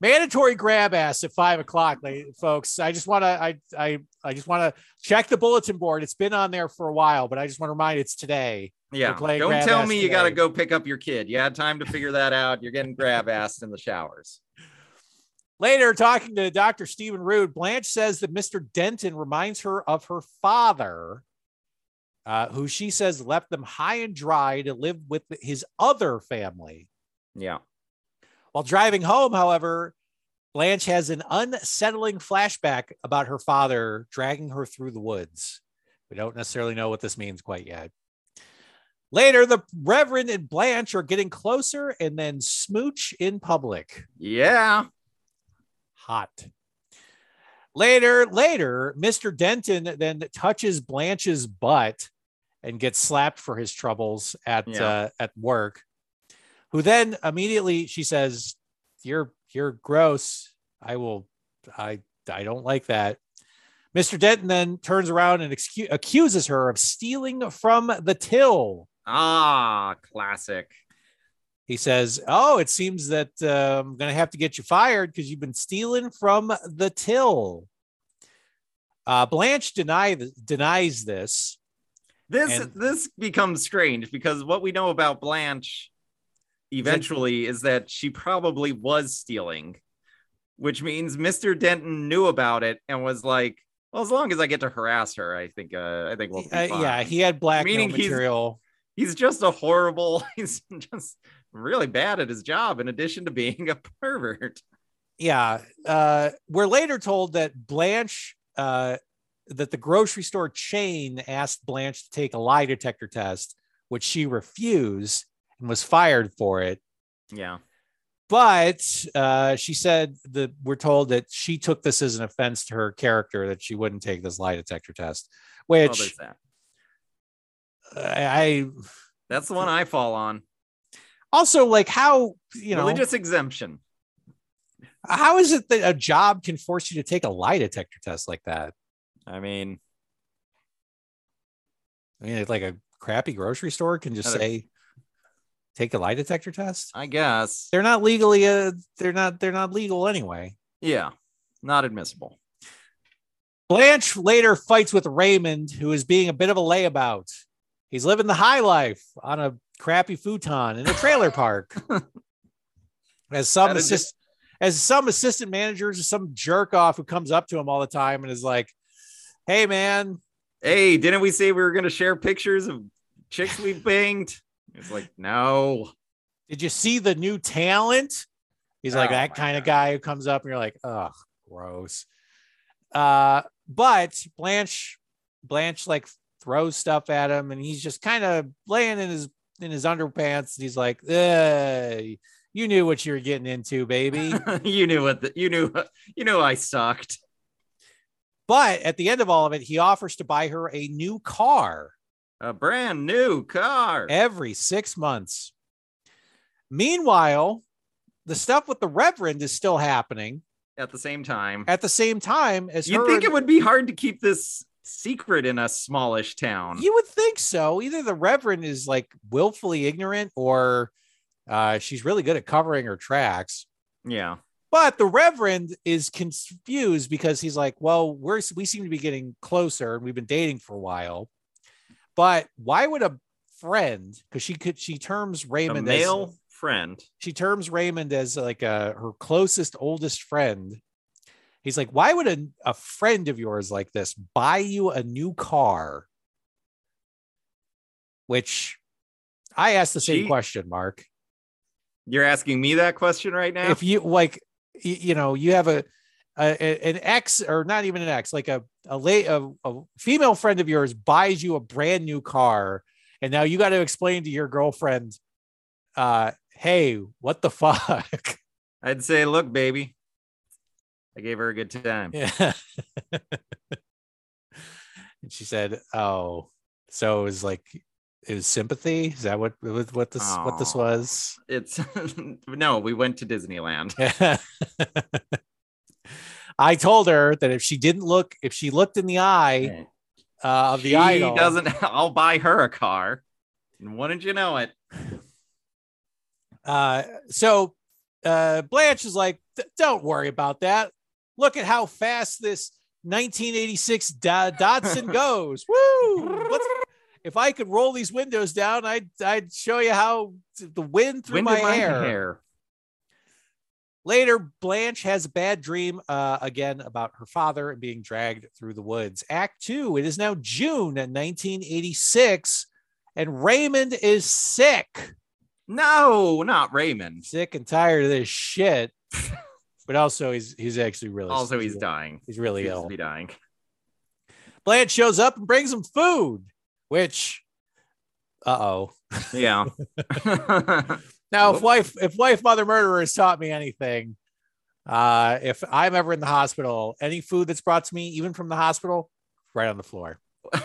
S6: Mandatory grab ass at five o'clock, la- folks. I just want to, I, I, I just want to check the bulletin board. It's been on there for a while, but I just want to remind it's today.
S7: yeah.
S6: playing
S7: Don't
S6: grab
S7: tell
S6: ass
S7: me you got to
S6: today.
S7: go pick up your kid. You had time to figure that out. You're getting grab assed in the showers.
S6: Later, talking to Dr. Stephen Rude, Blanche says that Mr. Denton reminds her of her father, uh, who she says left them high and dry to live with his other family.
S7: Yeah.
S6: While driving home, however, Blanche has an unsettling flashback about her father dragging her through the woods. We don't necessarily know what this means quite yet. Later, the Reverend and Blanche are getting closer and then smooch in public.
S7: Yeah.
S6: Hot. Later, later, Mr. Denton then touches Blanche's butt and gets slapped for his troubles at
S7: Yeah.
S6: uh, at work. Who then immediately she says, "You're you're gross. I will. I I don't like that." Mr. Denton then turns around and excu- accuses her of stealing from the till.
S7: Ah, classic.
S6: He says, "Oh, it seems that uh, I'm going to have to get you fired because you've been stealing from the till." Uh, Blanche deny th- denies this.
S7: This
S6: And-
S7: this becomes strange because what we know about Blanche eventually is that she probably was stealing, which means Mr. Denton knew about it and was like, "Well, as long as I get to harass her, I think uh, I think we'll be
S6: Uh,
S7: fine."
S6: yeah, he had black
S7: Meaning he's-
S6: material.
S7: he's just a horrible. He's just really bad at his job. In addition to being a pervert,
S6: yeah uh we're later told that blanche uh that the grocery store chain asked blanche to take a lie detector test which she refused and was fired for it
S7: yeah,
S6: but uh she said that we're told that she took this as an offense to her character that she wouldn't take this lie detector test
S7: well,
S6: which
S7: there's that.
S6: I, I
S7: That's the one I fall on.
S6: also like how you know
S7: Religious exemption.
S6: how is it that a job can force you to take a lie detector test like that
S7: I mean,
S6: I mean, it's like a crappy grocery store can just
S7: Another-
S6: say, take a lie detector test.
S7: I guess
S6: They're not legally, uh, they're not, they're not legal anyway.
S7: yeah, not admissible.
S6: Blanche later fights with Raymond, who is being a bit of a layabout. He's living the high life on a crappy futon in a trailer park. as some
S7: Gotta do-
S6: assist, as some assistant managers, or some jerk off who comes up to him all the time and is like, "Hey, man,
S7: hey, didn't we say we were going to share pictures of chicks we banged? It's like, no.
S6: did you see the new talent? He's like
S7: Oh,
S6: that
S7: my
S6: kind of
S7: God.
S6: guy who comes up and you're like, ugh, gross. Uh, but Blanche, Blanche like throws stuff at him and he's just kind of laying in his in his underpants and he's like, "Ugh, you knew what you were getting into, baby.
S7: you knew what the, you knew you knew I sucked.
S6: but at the end of all of it, he offers to buy her a new car.
S7: A brand new car.
S6: every six months. Meanwhile, the stuff with the Reverend is still happening
S7: At the same time,
S6: at the same time as
S7: you'd
S6: her
S7: think
S6: and-
S7: it would be hard to keep this secret in a smallish town.
S6: you would think so. Either the Reverend is like willfully ignorant or uh, she's really good at covering her tracks.
S7: yeah.
S6: But the Reverend is confused because he's like, well, we're we seem to be getting closer and we've been dating for a while. But why would a friend because she could she terms
S7: A
S6: Raymond as-
S7: male friend.
S6: she terms Raymond as like uh her closest oldest friend. He's like, why would a, a friend of yours like this buy you a new car? Which I asked the same
S7: Gee.
S6: question, Mark.
S7: You're asking me that question right now?
S6: If you like, y- you know, you have a, a a- an ex or not even an ex, like a a late a, a female friend of yours buys you a brand new car, and now you got to explain to your girlfriend, uh, hey, what the fuck?
S7: I'd say, look, baby. I gave her a good time.
S6: Yeah. and she said, "Oh, so it was like it was sympathy. Is that what what what this what this
S7: Aw.
S6: was?"
S7: It's no, we went to Disneyland.
S6: I told her that if she didn't look, if she looked in the eye uh, of
S7: she
S6: the idol,
S7: doesn't. I'll buy her a car. And wouldn't you know it?
S6: Uh, so uh, Blanche is like, "D- "Don't worry about that. Look at how fast this 1986 Da- Datsun goes. Woo! Let's- if I could roll these windows down, I'd I'd show you how t- the wind through
S7: Wind
S6: my,
S7: in
S6: hair. Later, Blanche has a bad dream uh, again about her father and being dragged through the woods. Act two. It is now June 1986, and Raymond is sick.
S7: No, not Raymond.
S6: sick and tired of this shit. but also, he's he's actually really
S7: Also, he's dying.
S6: He's really
S7: He
S6: ill.
S7: must be dying.
S6: Blanche shows up and brings him food, which, uh oh,
S7: Yeah.
S6: Now, if
S7: Whoops.
S6: wife, if wife, mother murderer has taught me anything, uh, if I'm ever in the hospital, any food that's brought to me, even from the hospital, right on the floor. nah,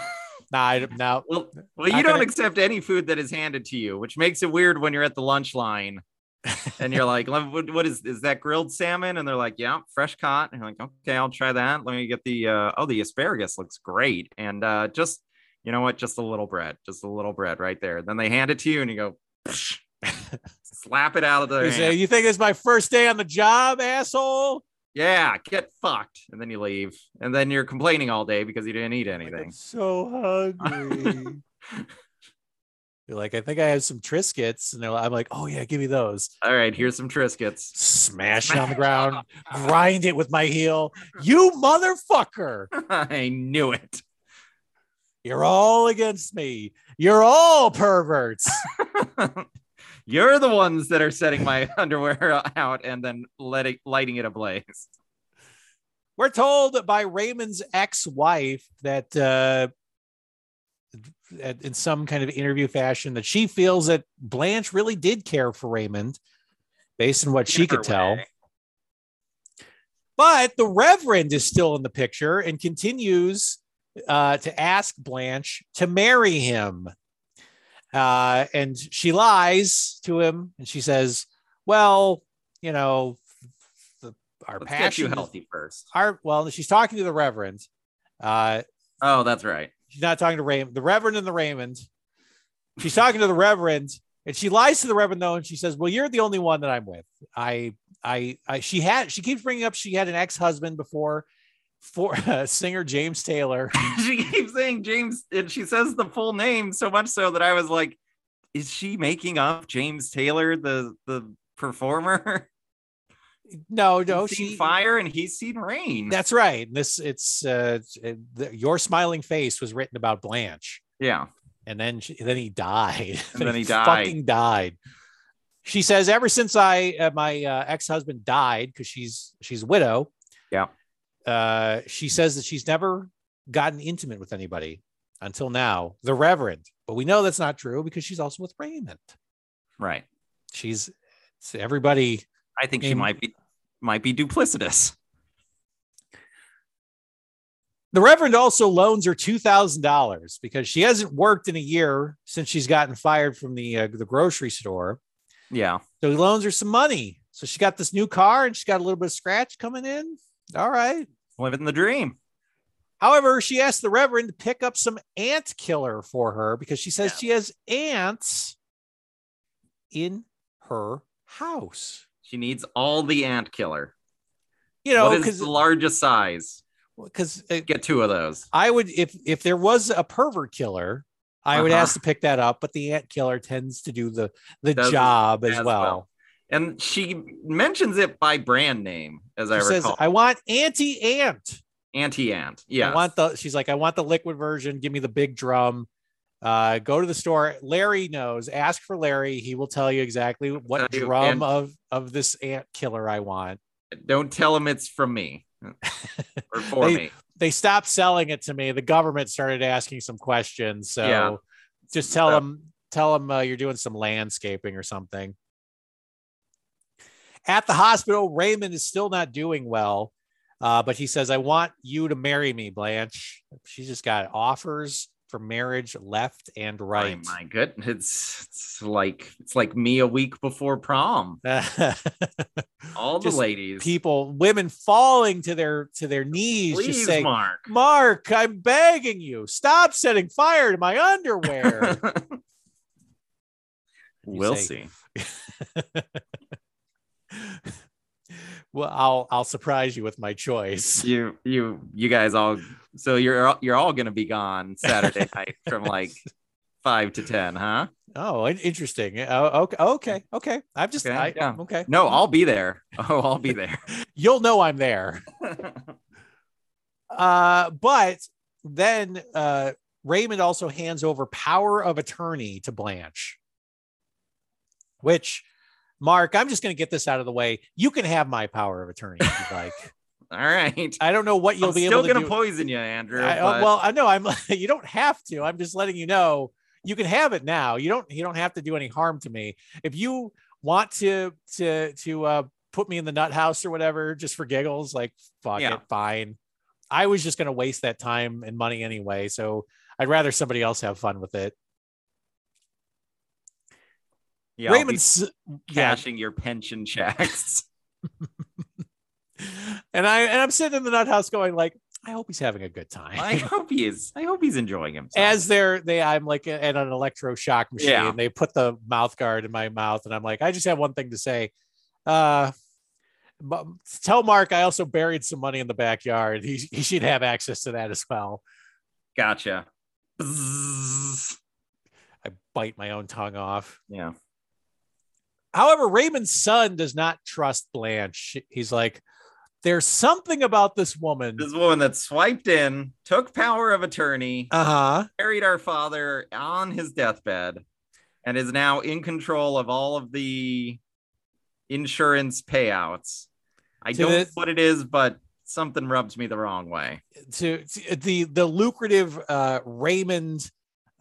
S6: I, now
S7: well, well, you
S6: Not
S7: don't
S6: gonna-
S7: accept any food that is handed to you, which makes it weird when you're at the lunch line and you're like, "Lem- what, what is is that grilled salmon? And they're like, yeah, fresh caught. And you're like, okay, I'll try that. Let me get the uh, oh, the asparagus looks great. And uh, just you know what? Just a little bread, just a little bread right there. Then they hand it to you and you go slap it out of their
S6: you say,
S7: hand.
S6: you think it's my first day on the job, asshole?
S7: Yeah, get fucked. And then you leave. And then you're complaining all day because you didn't eat
S6: Like, I'm
S7: anything.
S6: so hungry. You're like, I think I have some Triscuits, and they're like, I'm like, oh yeah, give me those.
S7: All right, here's some Triscuits.
S6: Smash it on the ground, grind it with my heel. You motherfucker!
S7: I knew it.
S6: You're all against me. You're all perverts.
S7: You're the ones that are setting my underwear out and then letting lighting it ablaze.
S6: We're told by Raymond's ex-wife that uh, at- in some kind of interview fashion that she feels that Blanche really did care for Raymond based on what she
S7: In her
S6: could tell.
S7: way.
S6: But the Reverend is still in the picture and continues uh, to ask Blanche to marry him. Uh, and she lies to him and she says, Well, you know, the, our
S7: Let's get
S6: passion.
S7: you
S6: is-
S7: healthy first.
S6: our well, she's talking to the Reverend. Uh,
S7: Oh, that's right.
S6: she's not talking to Raymond, the Reverend and the Raymond. She's talking to the Reverend, and she lies to the Reverend though, and she says, "Well, you're the only one that I'm with. I, I, I." She had. She keeps bringing up she had an ex-husband before, for uh, singer James Taylor.
S7: she keeps saying James, and she says the full name so much so that I was like, "Is she making up James Taylor, the the performer?
S6: No, no,
S7: He's seen
S6: she.
S7: fire and he's seen rain.
S6: That's right. This it's uh, it- the, your smiling face was written about Blanche.
S7: yeah,
S6: and then she, then he died.
S7: And then he
S6: fucking died. She says, ever since I uh, my uh, ex husband died, because she's she's a widow.
S7: Yeah.
S6: Uh, she says that she's never gotten intimate with anybody until now, the Reverend. But we know that's not true because she's also with Raymond.
S7: right.
S6: She's so everybody.
S7: I think she
S6: Name-
S7: might be might be duplicitous.
S6: The Reverend also loans her two thousand dollars because she hasn't worked in a year since she's gotten fired from the uh, the grocery store.
S7: Yeah,
S6: So he loans her some money. So she got this new car and she got a little bit of scratch coming in. All right.
S7: living the dream.
S6: However, she asked the Reverend to pick up some ant killer for her because she says
S7: Yeah.
S6: she has ants in her house.
S7: She needs all the ant killer.
S6: You know,
S7: what is
S6: because
S7: the largest size?
S6: because
S7: Get two of those.
S6: uh, I would if if there was a pervert killer, I would
S7: Uh-huh.
S6: ask to pick that up. But the ant killer tends to do the the
S7: Does it
S6: job as,
S7: as
S6: well.
S7: well, And she mentions it by brand name, as I
S6: She says,
S7: recall.
S6: "I want anti ant."
S7: Anti ant.
S6: I
S7: Yeah.
S6: want the she's like, I want the liquid version. Give me the big drum. Uh, go to the store. Larry knows. Ask for Larry. He will tell you exactly what
S7: tell you,
S6: drum
S7: and-
S6: of of this ant killer I want.
S7: Don't tell him it's from me or for
S6: They-
S7: me.
S6: They stopped selling it to me. The government started asking some questions. So
S7: Yeah.
S6: just tell
S7: So-
S6: them tell them uh, you're doing some landscaping or something. At the hospital, Raymond is still not doing well, uh, but he says, "I want you to marry me, Blanche." She's just got offers for marriage left and right.
S7: Oh my goodness. It's, it's like it's like me a week before prom. All the
S6: Just
S7: ladies.
S6: People, women falling to their to their knees, just
S7: please,
S6: saying, Mark.
S7: Mark.
S6: I'm begging you, stop setting fire to my underwear."
S7: we'll
S6: say-
S7: see.
S6: well, I'll I'll surprise you with my choice.
S7: You you you guys all so you're all- you're all gonna be gone Saturday night from like five to ten, huh?
S6: Oh, in- interesting. Oh, okay, okay, okay. I've just,
S7: Okay,
S6: I,
S7: yeah.
S6: okay.
S7: No, I'll be there. Oh, I'll be there.
S6: You'll know I'm there. Uh, but then uh, Raymond also hands over power of attorney to Blanche, which, Mark, I'm just going to get this out of the way. You can have my power of attorney if you like.
S7: All right.
S6: I don't know what you'll
S7: I'm
S6: be
S7: still
S6: able to
S7: gonna
S6: do.
S7: poison you, Andrew.
S6: I- oh,
S7: but
S6: well, I know I'm. you don't have to. I'm just letting you know you can have it now. You don't you don't have to do any harm to me. If you want to to to uh put me in the nut house or whatever just for giggles, like fuck
S7: Yeah.
S6: it, fine. I was just gonna waste that time and money anyway, so I'd rather somebody else have fun with it.
S7: Yeah, I'll be
S6: Raymond's yeah,
S7: cashing your pension checks.
S6: and I and I'm sitting in the nut house going like, I hope he's having a good time.
S7: I hope he is. I hope he's enjoying himself.
S6: as they're they I'm like at an electroshock machine.
S7: Yeah.
S6: They put the mouth guard in my mouth, and I'm like, I just have one thing to say. Uh but tell Mark I also buried some money in the backyard. He, he should have access to that as well.
S7: gotcha. Bzzz.
S6: I bite my own tongue off.
S7: Yeah.
S6: However, Raymond's son does not trust Blanche. He's like, there's something about this woman.
S7: This woman that swiped in, took power of attorney,
S6: Uh-huh.
S7: married our father on his deathbed, and is now in control of all of the insurance payouts. I
S6: To
S7: don't
S6: the-
S7: know what it is, but something rubs me the wrong way.
S6: to, to the the lucrative uh Raymond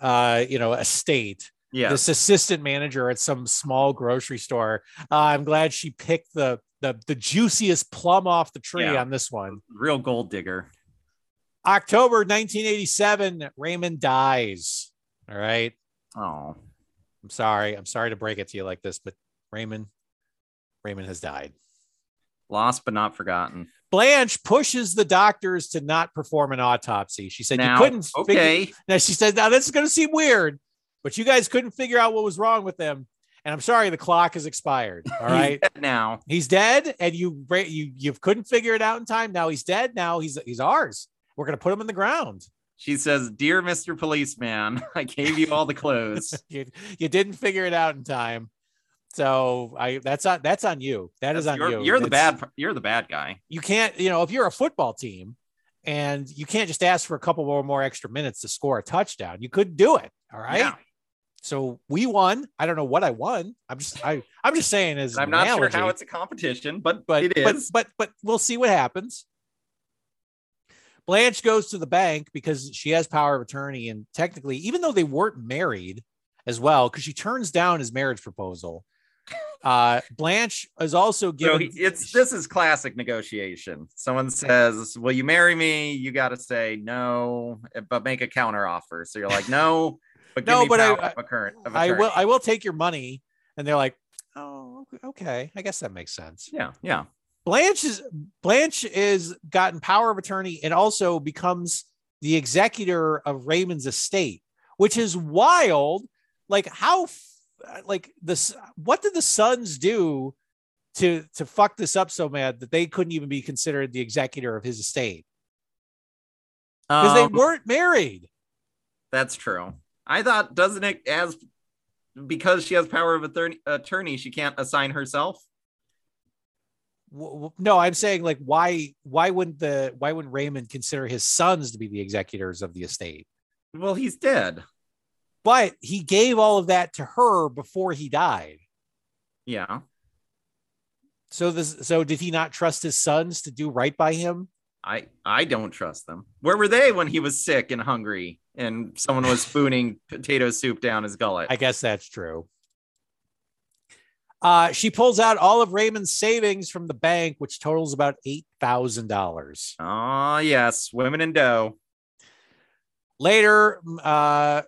S6: uh you know estate
S7: Yeah.
S6: this assistant manager at some small grocery store. Uh, I'm glad she picked the, the the juiciest plum off the tree
S7: Yeah.
S6: on this one.
S7: Real gold digger.
S6: October 1987, Raymond dies. All right.
S7: Oh.
S6: I'm sorry. I'm sorry to break it to you like this, but Raymond, Raymond has died.
S7: Lost but not forgotten.
S6: Blanche pushes the doctors to not perform an autopsy. She said
S7: now,
S6: you couldn't figure-
S7: okay.
S6: Now she said, now this is going to seem weird, but you guys couldn't figure out what was wrong with them. And I'm sorry, the clock has expired. All
S7: He's
S6: right.
S7: dead now.
S6: He's dead, and you ra- you you couldn't figure it out in time. Now he's dead. Now he's he's ours. We're gonna put him in the ground.
S7: She says, Dear Mr. Policeman, I gave you all the clues.
S6: You you didn't figure it out in time. So I that's on that's on you. That is on
S7: you're,
S6: you.
S7: you're the
S6: That's-
S7: bad you're the bad guy.
S6: You can't you know if you're a football team, and you can't just ask for a couple more more extra minutes to score a touchdown. You couldn't do it. All right.
S7: Yeah.
S6: So we won. I don't know what I won. I'm just I I'm just saying as an
S7: I'm not sure
S6: analogy.
S7: how it's a competition, but,
S6: but
S7: it
S6: but
S7: is.
S6: but but we'll see what happens. Blanche goes to the bank because she has power of attorney, and technically, even though they weren't married as well, because she turns down his marriage proposal. Uh, Blanche is also
S7: so
S6: given.
S7: he- it's this is classic negotiation. Someone says, "Will you marry me?" You got to say no, eh, but make a counter offer. So you're like, "No, but give
S6: No,
S7: me
S6: but I-
S7: power of, a current, of
S6: I will.
S7: attorney."
S6: I will take your money, and they're like, "Oh, okay. I guess that makes sense."
S7: yeah, yeah.
S6: Blanche is Blanche is gotten power of attorney and also becomes the executor of Raymond's estate, which is wild. Like how, f- like this, what did the sons do to to fuck this up so mad that they couldn't even be considered the executor of his estate because
S7: Um,
S6: they weren't married?
S7: That's true. I thought doesn't it as because she has power of attorney, attorney she can't assign herself.
S6: W- w- No, I'm saying like why why wouldn't the why wouldn't Raymond consider his sons to be the executors of the estate?
S7: Well, he's dead.
S6: But he gave all of that to her before he died.
S7: Yeah.
S6: So this so did he not trust his sons to do right by him?
S7: I I don't trust them. Where were they when he was sick and hungry and someone was spooning potato soup down his gullet?
S6: I guess that's true. Uh, she pulls out all of Raymond's savings from the bank, which totals about eight thousand dollars.
S7: oh yes, women and dough.
S6: Later, uh,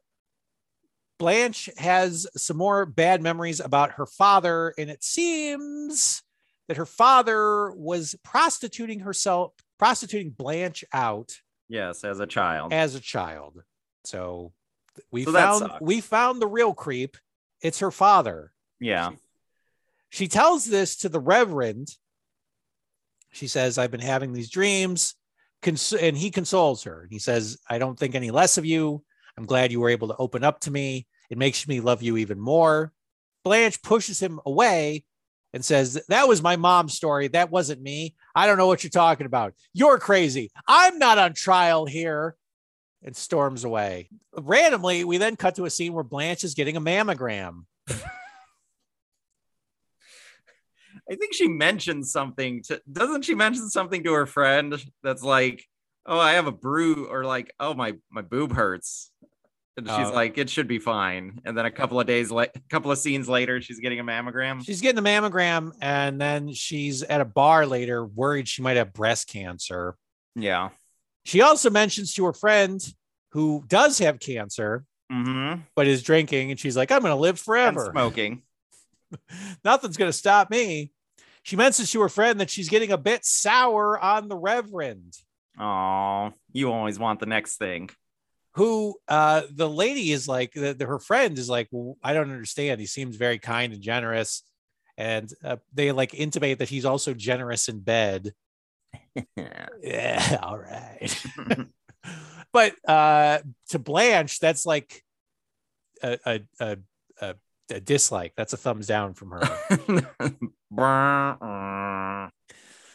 S6: Blanche has some more bad memories about her father, and it seems that her father was prostituting herself, prostituting Blanche out
S7: Yes, as a child.
S6: as a child. So th- we
S7: So that
S6: found
S7: sucks.
S6: we found the real creep. It's her father.
S7: yeah.
S6: She tells this to the reverend. She says, "I've been having these dreams," Cons- and he consoles her. He says, "I don't think any less of you. I'm glad you were able to open up to me. It makes me love you even more." Blanche pushes him away and says, "That was my mom's story. That wasn't me. I don't know what you're talking about. You're crazy. I'm not on trial here." And storms away. Randomly, we then cut to a scene where Blanche is getting a mammogram.
S7: I think she mentions something to doesn't she mention something to her friend that's like, "Oh, I have a brew," or like, "Oh, my my boob hurts." And she's
S6: Oh.
S7: like, it should be fine. And then a couple of days, like a couple of scenes later, she's getting a mammogram.
S6: She's getting a mammogram and then she's at a bar later, worried she might have breast cancer.
S7: yeah.
S6: She also mentions to her friend who does have cancer
S7: Mm-hmm.
S6: but is drinking, and she's like, I'm going to live
S7: And
S6: forever.
S7: smoking.
S6: Nothing's going to stop me. She mentions to her friend that she's getting a bit sour on the Reverend,
S7: Oh, you always want the next thing.
S6: who uh, the lady is like, the, the- her friend is like, well, I don't understand. He seems very kind and generous. And uh, they like intimate that he's also generous in bed. yeah, all right. but uh, to Blanche, that's like a a, a a a dislike. That's a thumbs down from her.
S7: I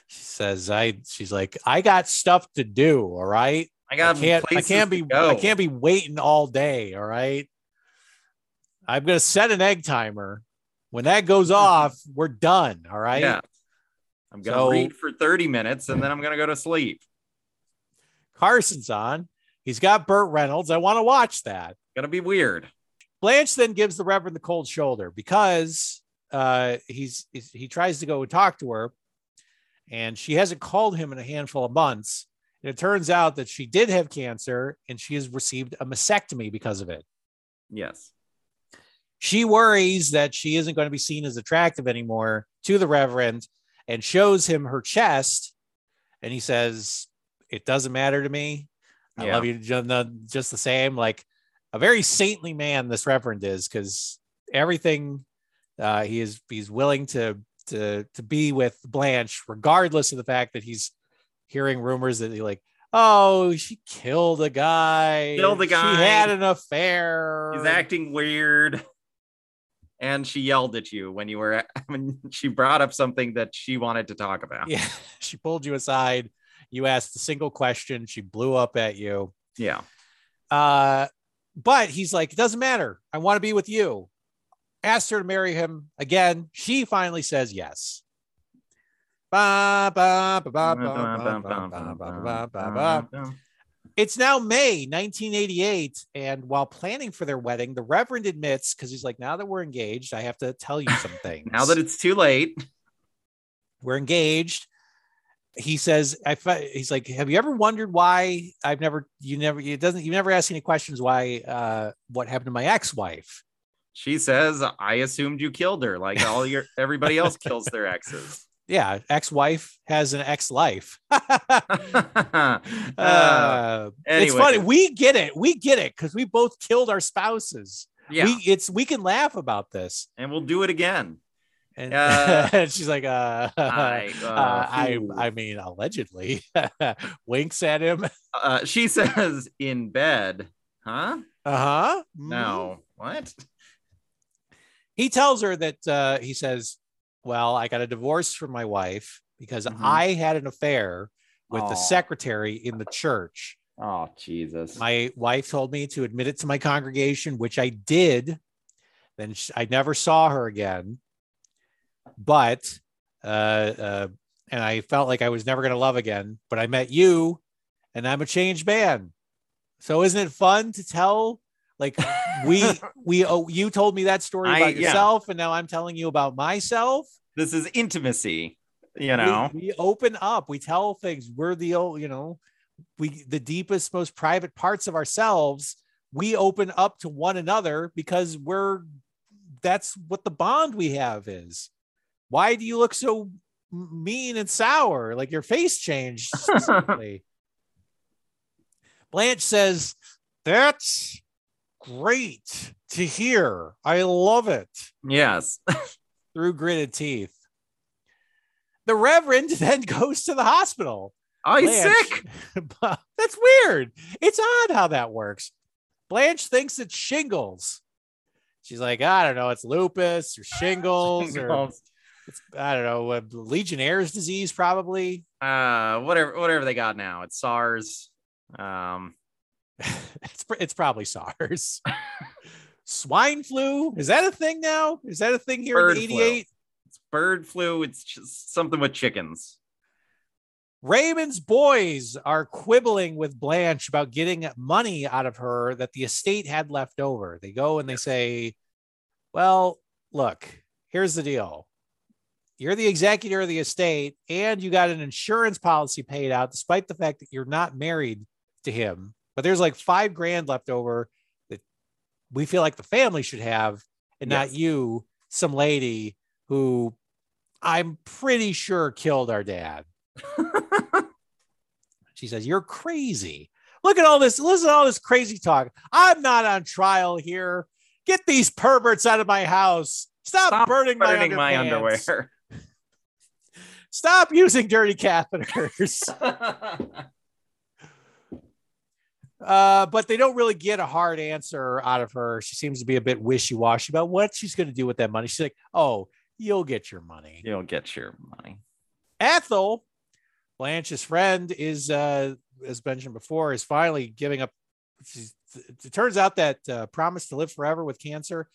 S6: she says, "I." She's like, "I got stuff to do. All right, I
S7: got.
S6: can't. I
S7: places
S6: can't be.
S7: to go.
S6: I can't be waiting all day. All right, I'm gonna set an egg timer. When that goes off, we're done. All right.
S7: Mm-hmm. Yeah. I'm gonna
S6: So-
S7: read for 30 minutes and then I'm gonna go to sleep.
S6: Carson's on. He's got Burt Reynolds. I want to watch that."
S7: Gonna be weird.
S6: Blanche then gives the Reverend the cold shoulder because uh, he's, he's he tries to go and talk to her, and she hasn't called him in a handful of months. And it turns out that she did have cancer, and she has received a mastectomy because of it.
S7: Yes.
S6: She worries that she isn't going to be seen as attractive anymore to the Reverend, and shows him her chest, and he says, "It doesn't matter to me. I
S7: Yeah.
S6: love you ju- no- just the same. Like a very saintly man, this reverend is, because everything uh, he is, he's willing to to to be with Blanche, regardless of the fact that he's hearing rumors that he like, oh, she killed a guy,
S7: Killed a
S6: she
S7: guy.
S6: had an affair.
S7: He's acting weird. And she yelled at you when you were when she brought up something that she wanted to talk about.
S6: Yeah, she pulled you aside. You asked a single question. She blew up at you.
S7: Yeah.
S6: Uh, but he's like, it doesn't matter. I want to be with you. Asked her to marry him again. She finally says yes. Ba, ba, ba, ba, ba, ba, ba, ba, ba, ba, ba, ba. It's now May 1988. And while planning for their wedding, the Reverend admits, because he's like, now that we're engaged, I have to tell you some things.
S7: Now that it's too late,
S6: we're engaged. He says, I fe- he's like, have you ever wondered why I've never, you never, it doesn't, you never asked any questions why, uh, what happened to my ex wife?
S7: she says, I assumed you killed her, like all your everybody else kills their exes.
S6: Yeah, ex wife has an ex life.
S7: Uh,
S6: It's
S7: anyway,
S6: funny. We get it. We get it because we both killed our spouses.
S7: Yeah.
S6: We, it's, we can laugh about this.
S7: and we'll do it again.
S6: And
S7: Uh,
S6: and she's like, uh,
S7: I, uh,
S6: uh, I,
S7: who?
S6: I mean, allegedly winks at him.
S7: Uh, she says in bed, huh?
S6: Uh huh.
S7: No, what?
S6: he tells her that uh, he says, "Well, I got a divorce from my wife because
S7: Mhm.
S6: I had an affair with
S7: Aw.
S6: the secretary in the church.
S7: Oh Jesus!
S6: My wife told me to admit it to my congregation, which I did. Then sh I never saw her again. But uh, uh, and I felt like I was never going to love again. But I met you, and I'm a changed man. So isn't it fun to tell like we we oh you told me that story
S7: I-
S6: about
S7: yeah.
S6: yourself and now i'm telling you about myself
S7: this is intimacy, you
S6: We-
S7: know.
S6: we, open up we tell things we're the old you know we the deepest most private parts of ourselves we open up to one another because we're that's what the bond we have is why do you look so m- mean and sour like your face changed suddenly? blanche says that's great to hear i love it
S7: yes.
S6: through gritted teeth. The Reverend then goes to the hospital.
S7: Oh, he's
S6: Blanche-
S7: sick.
S6: That's weird. It's odd how that works. Blanche thinks it's shingles. She's like, I don't know, it's lupus or shingles or I don't know, uh, Legionnaire's disease probably.
S7: Uh, whatever, whatever they got now. It's SARS. Um,
S6: it's pr- it's probably SARS. Swine flu is that a thing now? Is that a thing here
S7: Bird
S6: in
S7: flu.
S6: '88?
S7: it's bird flu. It's just something with chickens.
S6: Raymond's boys are quibbling with Blanche about getting money out of her that the estate had left over. They go and they say, Well, look, here's the deal. You're the executor of the estate, and you got an insurance policy paid out, despite the fact that you're not married to him. But there's like five grand left over that we feel like the family should have, and not you, some lady who I'm pretty sure killed our dad. she says, You're crazy. Look at all this. Listen to all this crazy talk. I'm not on trial here. Get these perverts out of my house. Stop,
S7: Stop
S6: burning,
S7: burning
S6: my,
S7: my
S6: underwear.
S7: underwear.
S6: Stop using dirty catheters. Uh, but they don't really get a hard answer out of her. She seems to be a bit wishy washy about what she's going to do with that money. She's like, Oh, you'll get your money.
S7: You'll get your money.
S6: Ethel, Blanche's friend, is uh, as mentioned before, is finally giving up. She's, it turns out that uh, promise to live forever with cancer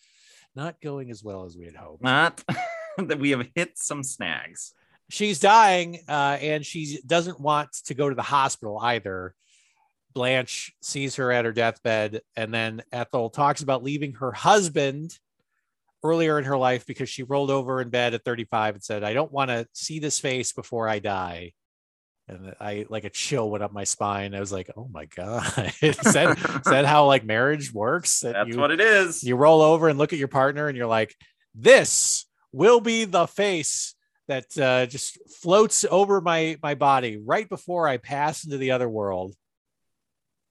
S6: not going as well as we had hoped.
S7: Not that we have hit some snags.
S6: She's dying, uh, and she doesn't want to go to the hospital either. Blanche sees her at her deathbed, and then Ethel talks about leaving her husband earlier in her life because she rolled over in bed at 35 and said, I don't want to see this face before I die. And I like a chill went up my spine. I was like, oh my God. is, that, is that how like marriage works? That
S7: That's
S6: you,
S7: what it is.
S6: you roll over and look at your partner and you're like, this will be the face that uh, just floats over my my body right before I pass into the other world.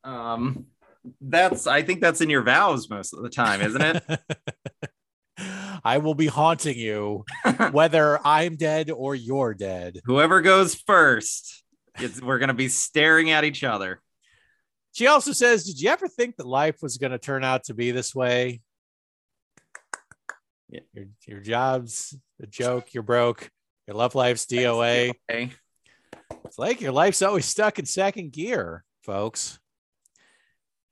S7: Um, that's I think that's in your vows most of the time, isn't it?
S6: I will be haunting you whether I'm dead or you're dead.
S7: Whoever goes first, it's, we're gonna be staring at each other.
S6: She also says, Did you ever think that life was going to turn out to be this way?
S7: Yeah.
S6: Your, your job's a joke. You're broke. Your love life's DOA.
S7: Okay.
S6: It's like your life's always stuck in second gear, folks.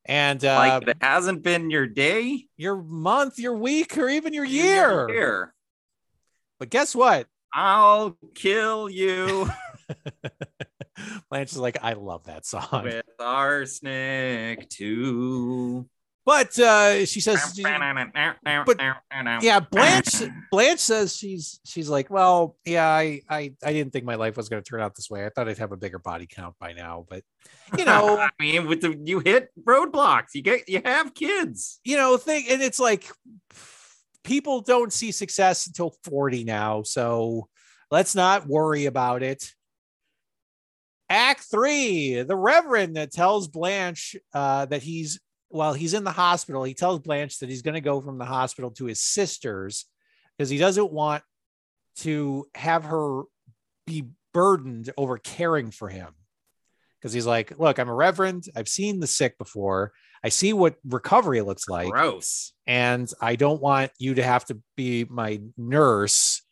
S6: And uh,
S7: Like it hasn't been your day,
S6: your month, your week, or even your
S7: your
S6: year.
S7: year.
S6: But guess what?
S7: I'll kill you
S6: Blanche is like, I love that song.
S7: with arsenic too.
S6: But uh, she says,
S7: But
S6: yeah blanche blanche says she's she's like well yeah I, I i didn't think my life was going to turn out this way i thought i'd have a bigger body count by now but you know
S7: I mean, with the you hit roadblocks, you get you have kids.
S6: you know thing and it's like people don't see success until 40 now so let's not worry about it act three the reverend that tells blanche uh, that he's while he's in the hospital he tells blanche that he's going to go from the hospital to his sister's because he doesn't want to have her be burdened over caring for him because he's like look i'm a reverend i've seen the sick before i see what recovery looks like
S7: Gross.
S6: and I don't want you to have to be my nurse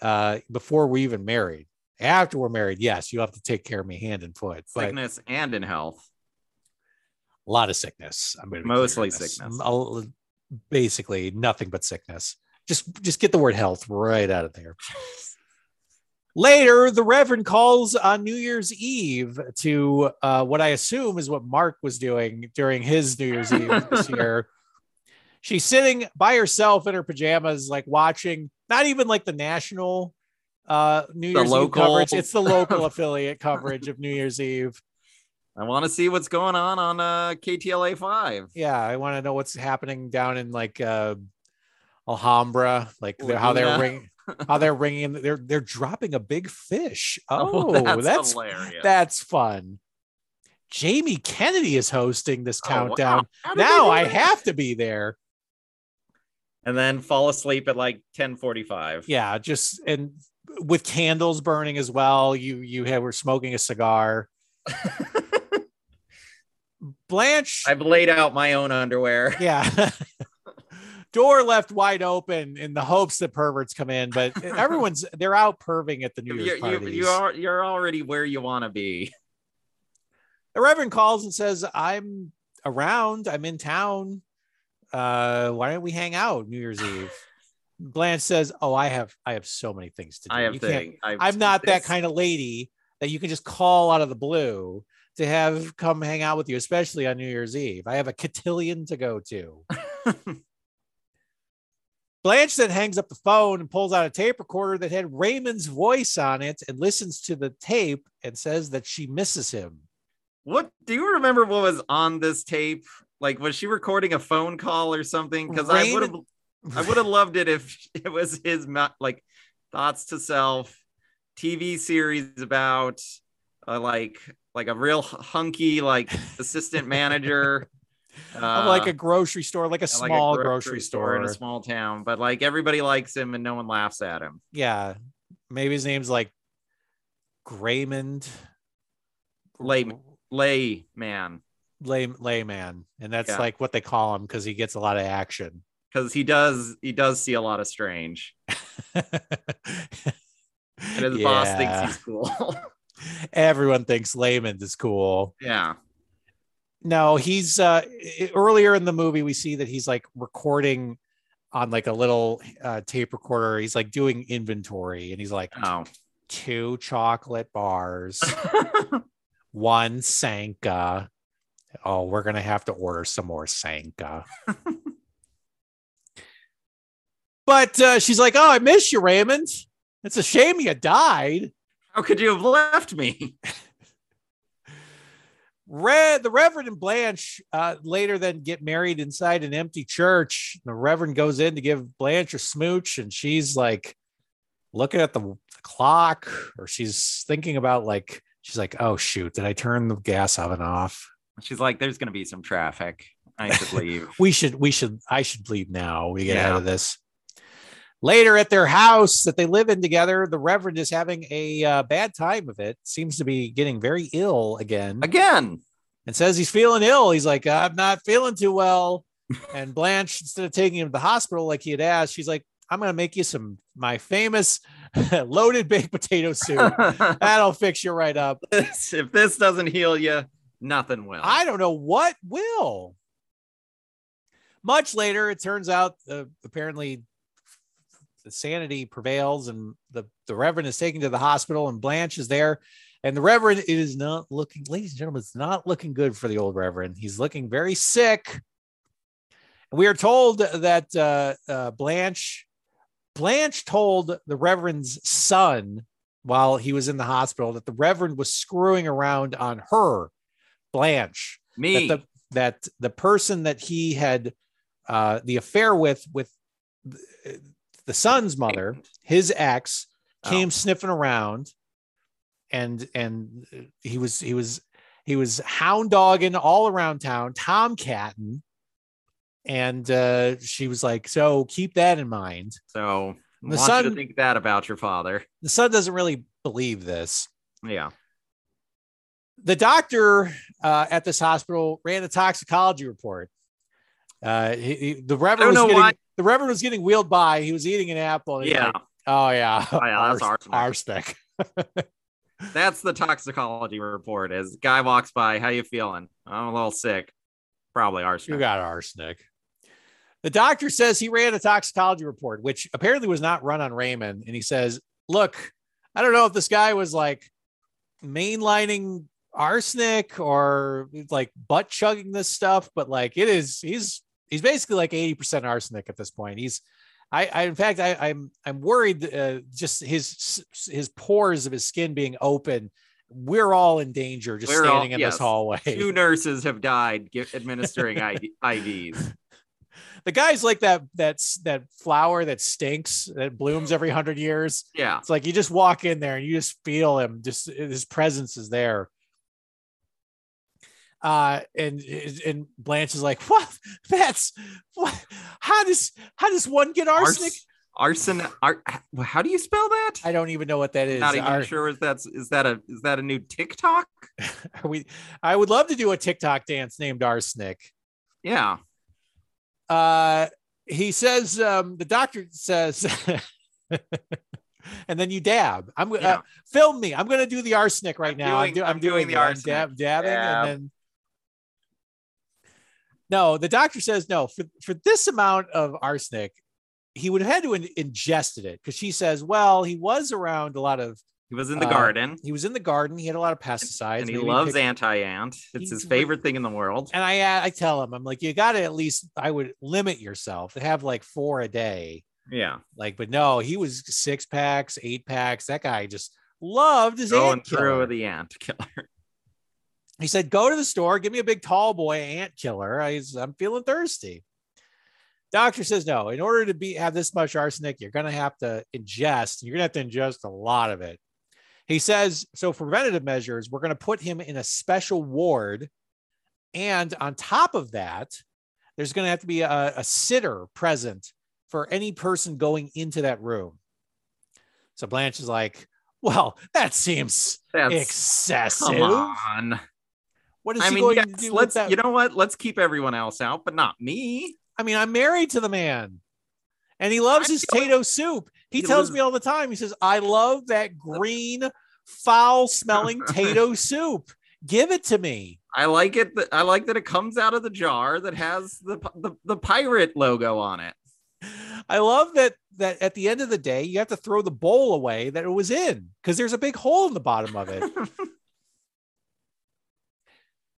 S6: uh, before we're even married. After we're married, yes, you have to take care of me hand and foot. But
S7: Sickness and in health.
S6: a lot of sickness. I'm gonna be
S7: Mostly
S6: clear on this.
S7: sickness.
S6: I'll- basically, nothing but sickness. Just, just get the word health right out of there. Later, the Reverend calls on New Year's Eve to uh, what I assume is what Mark was doing during his New Year's Eve this year. She's sitting by herself in her pajamas, like watching not even like the national uh, New
S7: The
S6: Year's
S7: local-
S6: Eve coverage. It's the local affiliate coverage of New Year's Eve.
S7: I want to see what's going on on uh, KTLA five.
S6: yeah i want to know what's happening down in like uh alhambra like they're- how they're
S7: Laguna.
S6: ring how they're ringing they're they're dropping a big fish oh
S7: that's,
S6: that's
S7: hilarious.
S6: that's fun jamie kennedy is hosting this
S7: Oh, wow.
S6: countdown
S7: How did they
S6: now
S7: do
S6: i
S7: that?
S6: have to be there
S7: And then fall asleep at like ten forty five.
S6: yeah just and with candles burning as well you you had were smoking a cigar blanche
S7: I've laid out my own underwear.
S6: yeah door left wide open in the hopes that perverts come in but everyone's they're out perving at the new year's
S7: You're, you,
S6: parties
S7: you are you're already where you want to be.
S6: the reverend calls and says i'm around i'm in town uh why don't we hang out new year's eve blanche says oh i have i have so many things to do
S7: I have
S6: You can't-
S7: thing. I have
S6: i'm not that
S7: this.
S6: kind of lady that you can just call out of the blue to have come hang out with you, especially on New Year's Eve. I have a cotillion to go to. Blanche then hangs up the phone and pulls out a tape recorder that had Raymond's voice on it and listens to the tape and says that she misses him.
S7: What do you remember what was on this tape? Like was she recording a phone call or something? Because I would have
S6: Raymond-
S7: I would have loved it if it was his mo- like thoughts to self TV series about uh, like like a real hunky like assistant manager
S6: Of
S7: uh,
S6: like a grocery store, like a
S7: like a
S6: small grocery, store.
S7: in a small town, but like everybody likes him and no one laughs at him.
S6: yeah. Maybe his name's like Graymond.
S7: Lame. Lay man
S6: Lay, layman. And that's
S7: Yeah.
S6: like what they call him because he gets a lot of action.
S7: because he does he does see a lot of strange
S6: and
S7: and his boss thinks he's cool.
S6: everyone thinks Layman is cool.
S7: yeah,
S6: No, he's uh i- earlier in the movie we see that he's like recording on like a little uh, tape recorder. He's like doing inventory and he's like
S7: oh,
S6: two chocolate bars, one Sanka. Oh, we're gonna have to order some more Sanka. but uh, she's like, "Oh, I miss you, Raymond. It's a shame you died."
S7: how could you have left me?
S6: Red, the Reverend and Blanche uh, later then get married inside an empty church. The Reverend goes in to give Blanche a smooch, and she's like looking at the, the clock, or she's thinking about like she's like, "Oh shoot, did I turn the gas oven off?
S7: She's like, there's going to be some traffic. I should leave.
S6: We should, we should, I should leave now. We get out
S7: Yeah.
S6: of this." Later at their house that they live in together, the Reverend is having a uh, bad time of it. Seems to be getting very ill again.
S7: Again.
S6: and says he's feeling ill. He's like, I'm not feeling too well. And Blanche, instead of taking him to the hospital like he had asked, she's like, I'm going to make you some my famous loaded baked potato soup. That'll fix you right up.
S7: This- if this doesn't heal you, nothing will.
S6: I don't know what will. Much later, it turns out uh, apparently the sanity prevails, and the, the Reverend is taken to the hospital, and Blanche is there. And the Reverend is not looking, ladies and gentlemen, it's not looking good for the old Reverend. He's looking very sick. We are told that uh, uh, Blanche, Blanche told the Reverend's son while he was in the hospital that the Reverend was screwing around on her, Blanche
S7: Me.
S6: that the that the person that he had uh, the affair with with th- the son's mother, his ex, came sniffing around, and and he was he was he was hound dogging all around town, tomcatting, and uh, she was like, "So keep that in mind."
S7: so
S6: the
S7: I want you
S6: son-
S7: to think that about your father.
S6: The son doesn't really believe this,
S7: Yeah.
S6: the doctor uh, at this hospital ran a toxicology report. Uh, he, he- the reverend was
S7: I don't know
S6: getting,
S7: why-
S6: the reverend was getting wheeled by. He was eating an apple. and he's
S7: Yeah.
S6: like, oh yeah.
S7: yeah, that's
S6: Ars-
S7: arsenic.
S6: arsenic.
S7: That's the toxicology report. As guy walks by, how you feeling? I'm a little sick. Probably
S6: You
S7: arsenic.
S6: got arsenic. The doctor says he ran a toxicology report, which apparently was not run on Raymond. And he says, look, I don't know if this guy was like mainlining arsenic or like butt chugging this stuff, but like it is, he's he's basically like 80% arsenic at this point. He's, I, I in fact, I, I'm, I'm worried uh, just his, his pores of his skin being open. We're all in danger just
S7: We're all-
S6: standing in
S7: yes.
S6: this hallway.
S7: Two nurses have died gi- administering ID- IVs.
S6: the guy's like that, that's that flower that stinks that blooms every hundred years.
S7: Yeah.
S6: It's like you just walk in there and you just feel him. Just his presence is there. Uh, and and Blanche is like, "What? That's what? How does how does one get arsenic?
S7: Arson. Ar- how do you spell that?
S6: I don't even know what that is.
S7: Not even
S6: Ar-
S7: sure if that's is that a is that a new TikTok?
S6: are we, I would love to do a TikTok dance named arsenic.
S7: Yeah.
S6: Uh, he says um, the doctor says, and then you dab. I'm gonna
S7: Yeah.
S6: uh, film me. I'm gonna do the arsenic right
S7: I'm
S6: now.
S7: doing-
S6: I'm, do, I'm, doing, the arsenic. dab, dabbing,
S7: Dab.
S6: and then. No, the doctor says no. For for this amount of arsenic, he would have had to in- ingested it because she says, well, he was around a lot of
S7: He was in the
S6: Uh,
S7: garden,
S6: He was in the garden. He had a lot of pesticides.
S7: and he
S6: Maybe
S7: loves
S6: picked-
S7: anti-ant. It's
S6: He's
S7: his
S6: re-
S7: favorite thing in the world.
S6: And I, I tell him, I'm like, you got to at least, I would limit yourself to have like four a day.
S7: Yeah,
S6: Like, but no, he was six packs, eight packs. That guy just loved his
S7: going
S6: ant killer.
S7: through the ant killer.
S6: he said, "Go to the store, give me a big tall boy ant killer. I, am feeling thirsty." Doctor says, "No. In order to be have this much arsenic, you're going to have to ingest. You're going to have to ingest a lot of it." He says, "So for preventative measures, we're going to put him in a special ward, and on top of that, there's going to have to be a, a sitter present for any person going into that room." So Blanche is like, "Well, that seems
S7: That's
S6: excessive."
S7: come on.
S6: What is
S7: I
S6: he
S7: mean,
S6: going
S7: yes,
S6: to do with
S7: let's.
S6: that?
S7: You know what? Let's keep everyone else out, but not me.
S6: I mean, I'm married to the man, and he loves
S7: I
S6: his
S7: feel-
S6: tato soup. He
S7: He
S6: tells
S7: lives-
S6: me all the time. He says, "I love that green, foul-smelling tato soup. Give it to me."
S7: I like it. That, I like that it comes out of the jar that has the p- the, the pirate logo on it.
S6: I love that. That at the end of the day, you have to throw the bowl away that it was in because there's a big hole in the bottom of it.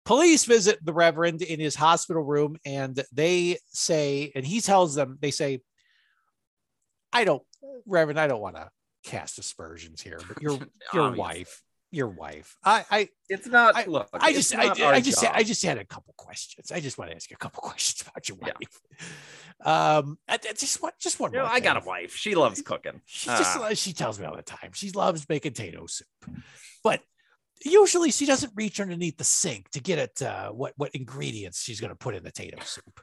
S6: Police visit the Reverend in his hospital room and they say, and he tells them, they say, I don't, Reverend, I don't want to cast aspersions here, but your your
S7: Obviously.
S6: wife, your wife. I I
S7: It's not. look,
S6: I
S7: it's
S6: just I,
S7: not
S6: ju-
S7: our
S6: I just
S7: job.
S6: I just had a couple questions. I just want to ask you a couple questions about your
S7: Yeah.
S6: wife. Um, I, I just one just one.
S7: You know,
S6: more
S7: I got a
S6: thing.
S7: wife. She loves cooking.
S6: She just
S7: Ah.
S6: lo- she tells me all the time she loves making potato soup, but usually she doesn't reach underneath the sink to get at uh, what what ingredients she's going to put in the potato soup.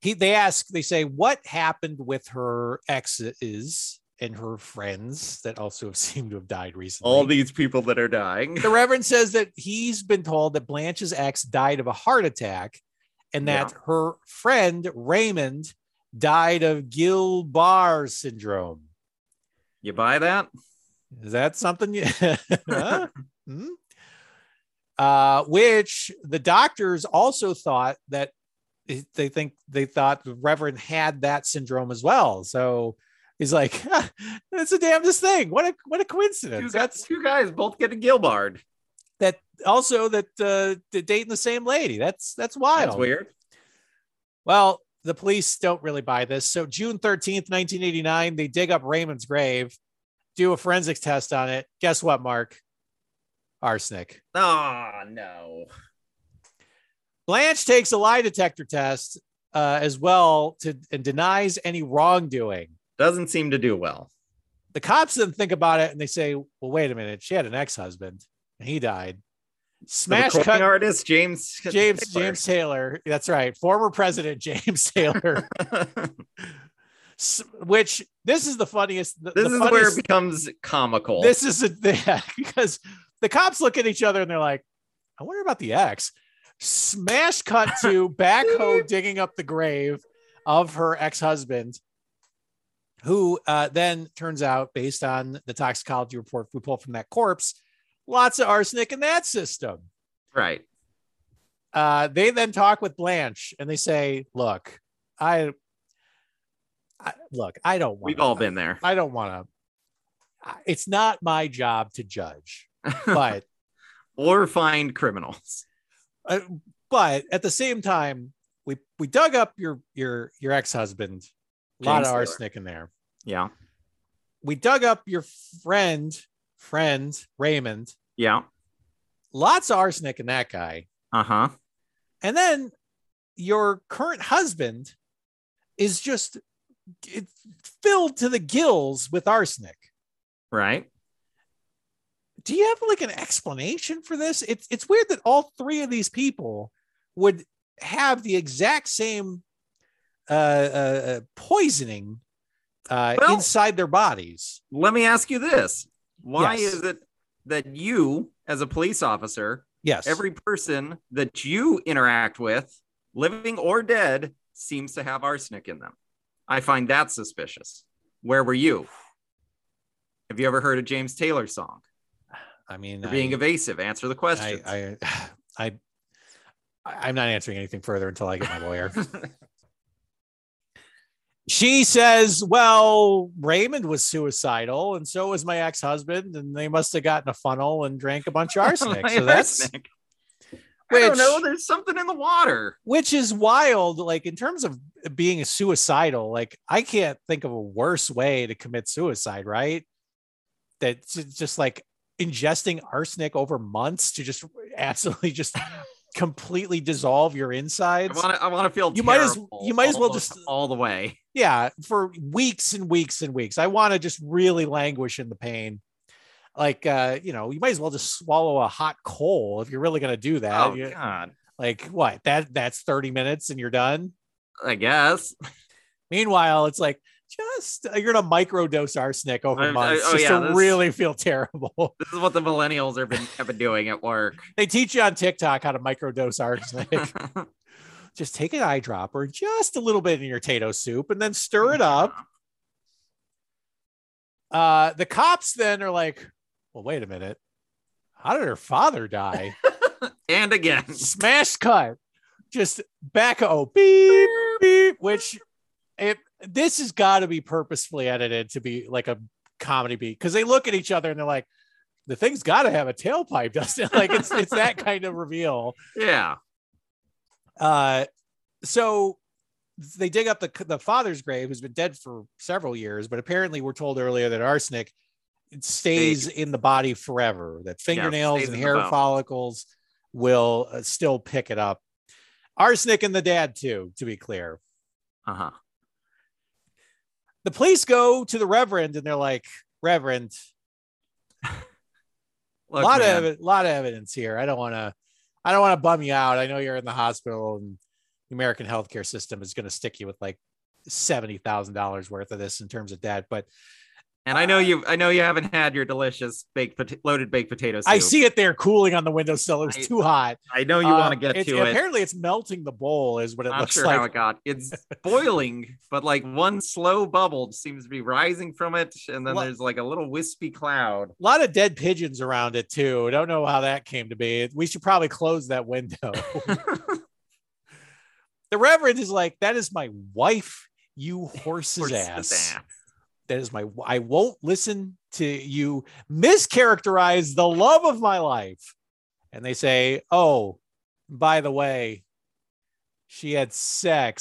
S6: He they ask they say what happened with her exes and her friends that also have seemed to have died recently.
S7: All these people that are dying.
S6: the reverend says that he's been told that Blanche's ex died of a heart attack, and that her friend Raymond died of Gilbar syndrome.
S7: You buy that?
S6: Is that something you? Huh? Hmm? Uh, which the doctors also thought that they think they thought the Reverend had that syndrome as well. So he's like, "That's the damnedest thing! What a what a
S7: Two
S6: coincidence!"
S7: guys, two guys both get a Gilbard.
S6: That also that uh, they're dating the same lady. That's that's wild.
S7: That's weird.
S6: Well, the police don't really buy this. So June 13th, 1989, they dig up Raymond's grave, do a forensics test on it. Guess what, Mark? Arsenic.
S7: Oh no.
S6: Blanche takes a lie detector test uh, as well to, and denies any wrongdoing.
S7: Doesn't seem to do well.
S6: The cops then think about it and they say, well, wait a minute. She had an ex husband and he died.
S7: So the
S6: Smash
S7: cooking
S6: cut.
S7: artist James
S6: James James Taylor. That's right. Former president James Taylor. S- Which this is the funniest. The,
S7: this
S6: the
S7: is
S6: funniest,
S7: where it becomes comical.
S6: This is a yeah, because the cops look at each other and they're like, I wonder about the ex. Smash cut to backhoe digging up the grave of her ex-husband, who uh, then turns out, based on the toxicology report we pulled from that corpse, lots of arsenic in that system.
S7: right.
S6: Uh, they then talk with Blanche and they say, "Look, I, I look, I don't want.
S7: We've all been there.
S6: I don't want to. It's not my job to judge, but
S7: or find criminals.
S6: uh, but at the same time, we we dug up your your your ex husband, a lot
S7: James
S6: of
S7: Taylor.
S6: arsenic in there.
S7: Yeah.
S6: We dug up your friend friend Raymond,
S7: Yeah.
S6: lots of arsenic in that guy,
S7: Uh-huh.
S6: and then your current husband is just it's filled to the gills with arsenic.
S7: Right.
S6: do you have like an explanation for this? It's it's weird that all three of these people would have the exact same uh, uh, uh, poisoning uh,
S7: Well-
S6: inside their bodies.
S7: Let me ask you this. Why
S6: Yes.
S7: is it that you as a police officer
S6: Yes,
S7: every person that you interact with, living or dead, seems to have arsenic in them. I find that suspicious. Where were you? Have you ever heard a James Taylor song?
S6: I mean,
S7: You're being
S6: I,
S7: evasive. Answer the question.
S6: I, I, I, I, I'm not answering anything further until I get my lawyer. she says, Well, Raymond was suicidal, and so was my ex husband, and they must have gotten a funnel and drank a bunch of arsenic. so that's
S7: Arsenic. I don't
S6: which-
S7: know. There's something in the water.
S6: which is wild. Like, in terms of being suicidal, like, I can't think of a worse way to commit suicide, right? That's just like ingesting arsenic over months to just absolutely just completely dissolve your
S7: I
S6: insides.
S7: want to. I want to feel.
S6: You might as-
S7: terrible
S6: you might as well
S7: almost
S6: just-
S7: all the way.
S6: yeah for weeks and weeks and weeks i want to just really languish in the pain like uh you know you might as well just swallow a hot coal if you're really going to do that
S7: oh
S6: You-
S7: God.
S6: like what that that's 30 minutes and you're done
S7: I guess.
S6: meanwhile it's like just uh, you're gonna microdose arsenic over
S7: I- I-
S6: months
S7: oh,
S6: just
S7: yeah,
S6: to
S7: this-
S6: really feel terrible
S7: This is what the millennials have been have been doing at work.
S6: they teach you on tiktok how to microdose arsenic just take an eyedropper just a little bit in your tato soup and then stir it up uh the cops then are like well wait a minute how did her father die
S7: And again,
S6: smash cut just back oh beep beep which it this has got to be purposefully edited to be like a comedy beat because they look at each other and they're like the thing's got to have a tailpipe doesn't it like it's it's that kind of reveal
S7: yeah.
S6: uh so they dig up the the father's grave who's been dead for several years but apparently we're told earlier that arsenic it stays in the body forever that fingernails
S7: stays
S6: and
S7: in the
S6: hair
S7: bone.
S6: follicles will uh, still pick it up arsenic and the dad too to be clear
S7: Uh huh.
S6: the police go to the reverend and they're like reverend a lot of evi- lot of evidence here. I don't want to I don't want to bum you out. I know you're in the hospital and the American healthcare system is going to stick you with like $70,000 worth of this in terms of debt, but
S7: And I
S6: Um,
S7: know you. I know you haven't had your delicious baked pot- loaded baked potato soup.
S6: I see it there cooling on the windowsill. It was
S7: I-
S6: too hot.
S7: I know you
S6: Uh,
S7: want to get
S6: it's-
S7: to it.
S6: Apparently it's melting the bowl is what it
S7: Not
S6: looks
S7: sure
S6: like.
S7: how it got. It's boiling, but like one slow bubble seems to be rising from it, and then
S6: Well-
S7: there's like a little wispy cloud.
S6: a lot of dead pigeons around it too. I don't know how that came to be. We should probably close that window. the reverend is like, "That is my wife, you horse's,
S7: Horse's
S6: ass.
S7: ass.
S6: That is my. I won't listen to you mischaracterize the love of my life." And they say, "Oh, by the way, she had sex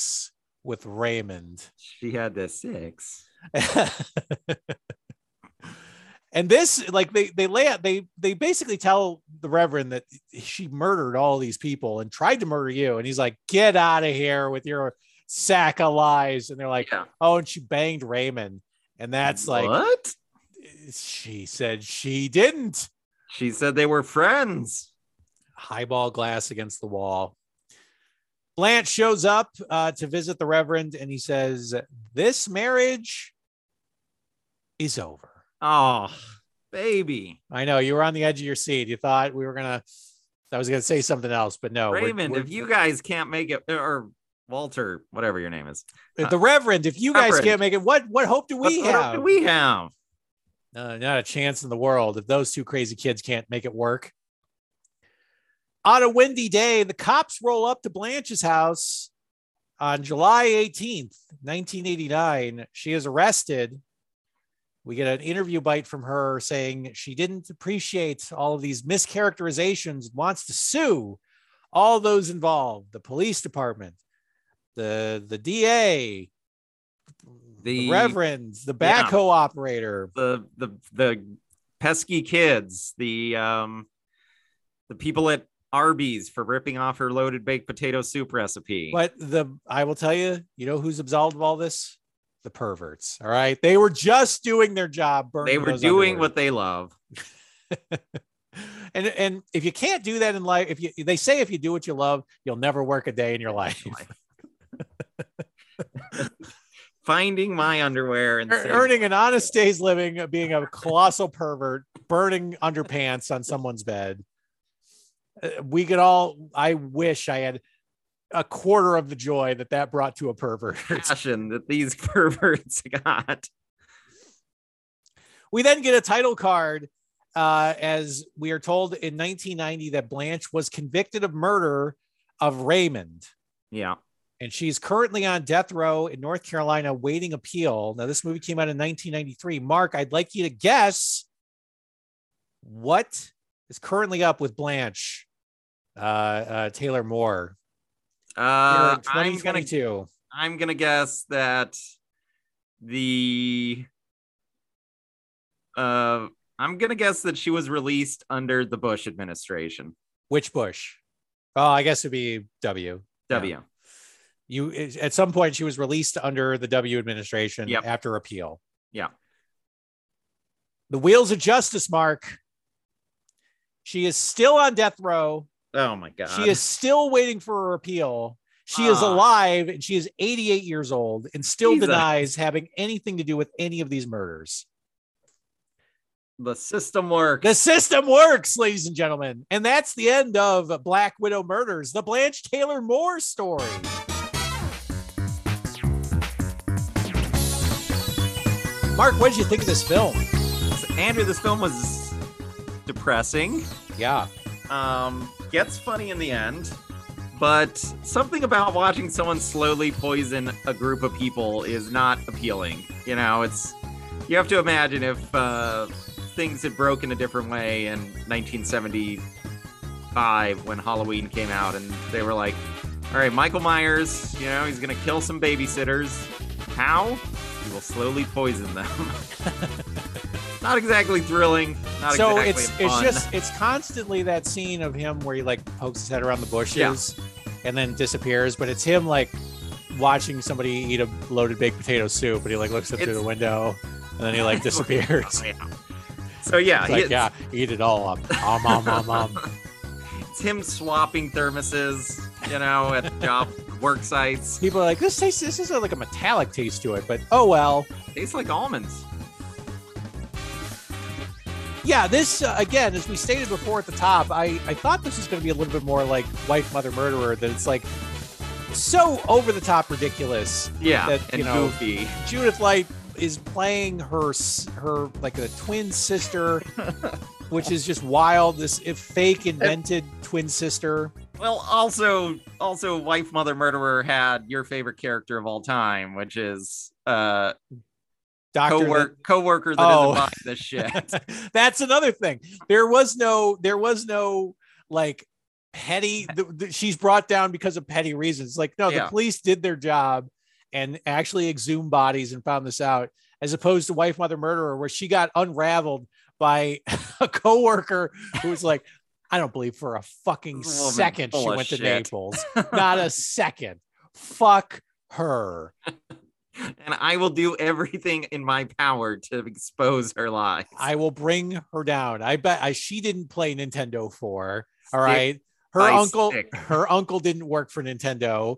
S6: with Raymond."
S7: She had the six.
S6: and this like they they lay out they they basically tell the reverend that she murdered all these people and tried to murder you and he's like get out of here with your sack of lies and they're like
S7: yeah.
S6: oh and she banged raymond and that's like
S7: what?
S6: she said she didn't
S7: She said they were friends.
S6: highball glass against the wall blanche shows up uh, to visit the reverend and he says this marriage is over
S7: Oh, baby.
S6: I know you were on the edge of your seat. You thought we were gonna. I was gonna say something else, but no. Oh, we're-
S7: Raymond,
S6: we're-
S7: if you guys can't make it, or Walter, whatever your name is,
S6: the Reverend, if you guys
S7: Reverend.
S6: can't make it, what what hope do we
S7: What- what hope
S6: have?
S7: do we have?
S6: No, Uh, not a chance in the world if those two crazy kids can't make it work. On a windy day, the cops roll up to Blanche's house on July 18th, 1989. She is arrested. We get an interview bite from her saying she didn't appreciate all of these mischaracterizations, wants to sue all those involved the police department, the, the DA, the,
S7: The-
S6: reverends, the
S7: Yeah.
S6: backhoe operator,
S7: The the the pesky kids, the um, the people at Arby's for ripping off her loaded baked potato soup recipe.
S6: But the I will tell you, you know who's absolved of all this? The perverts. All right. They were just doing their job. burning
S7: they were
S6: those
S7: doing
S6: underwear.
S7: what they love.
S6: and and if you can't do that in life, if you they say if you do what you love, you'll never work a day in your life.
S7: Finding my underwear and
S6: Ear-
S7: saying,
S6: Earning an honest day's living, being a colossal pervert, burning underpants on someone's bed. Uh, We could all. I wish I had a quarter of the joy that that brought to a pervert.
S7: passion that these perverts got.
S6: We then get a title card uh, as we are told in 1990 that Blanche was convicted of murder of Raymond.
S7: Yeah.
S6: and she's currently on death row in North Carolina waiting appeal. Now, this movie came out in 1993. Mark, I'd like you to guess what is currently up with Blanche uh, uh, Taylor Moore. We're
S7: Uh,
S6: in
S7: I'm gonna
S6: 2022.
S7: I'm gonna guess that the uh I'm gonna guess that she was released under the Bush administration.
S6: Which Bush? Oh, I guess it'd be W. Yeah.
S7: W.
S6: You at some point she was released under the W administration
S7: Yep.
S6: after appeal.
S7: Yeah.
S6: The wheels of justice, Mark. She is still on death row.
S7: Oh my god.
S6: She is still waiting for her appeal. She is
S7: Ah.
S6: alive and she is 88 years old and still
S7: Jesus.
S6: denies having anything to do with any of these murders.
S7: the system work.
S6: The system works, ladies and gentlemen. And that's the end of Black Widow Murders, the Blanche Taylor Moore story. Mark, what did you think of this film?
S7: Andrew, this film was depressing.
S6: Yeah.
S7: Um, gets funny in the end, but something about watching someone slowly poison a group of people is not appealing. You know, it's you have to imagine if uh, things had broken a different way in 1975 when Halloween came out, and they were like, "All right, Michael Myers, you know, he's gonna kill some babysitters. How? He will slowly poison them." Not exactly thrilling. Not
S6: so
S7: exactly
S6: it's
S7: fun.
S6: it's just it's constantly that scene of him where he like pokes his head around the bushes and then disappears, but it's him like watching somebody eat a loaded baked potato soup and he like looks up through
S7: It's-
S6: the window and then he like disappears.
S7: Oh, So yeah,
S6: It's
S7: he-
S6: like,
S7: it's,
S6: yeah, eat it all up. Om, om, om, om.
S7: it's him swapping thermoses, you know, at job work sites.
S6: People are like, this tastes, this is like a metallic taste to it, but oh well.
S7: Tastes like almonds.
S6: Yeah, this, uh, again, as we stated before at the top, I, I thought this was going to be a little bit more like Wife, Mother, Murderer, that it's like so over the top ridiculous.
S7: Yeah,
S6: That, you
S7: and
S6: know-
S7: goofy.
S6: Judith Light is playing her, s- her like a twin sister, which is just wild. This if fake invented twin sister.
S7: Well, also, also, wife, mother, murderer had your favorite character of all time, which is uh,
S6: Doctor that-
S7: co-work, coworker that
S6: Oh.
S7: doesn't buy this shit.
S6: That's another thing. There was no, there was no like petty. th- th- she's brought down because of petty reasons. Like, no,
S7: Yeah.
S6: the police did their job and actually exhumed bodies and found this out, as opposed to wife, mother, murderer, where she got unraveled by a coworker who was like, I don't believe for a fucking
S7: Woman
S6: second she
S7: full of
S6: went to
S7: shit."
S6: Naples. Not a second. Fuck her.
S7: and I will do everything in my power to expose her lies.
S6: I will bring her down. I bet I, she didn't play Nintendo 4. All
S7: Stick
S6: right. Her
S7: by
S6: uncle
S7: stick.
S6: her uncle didn't work for Nintendo.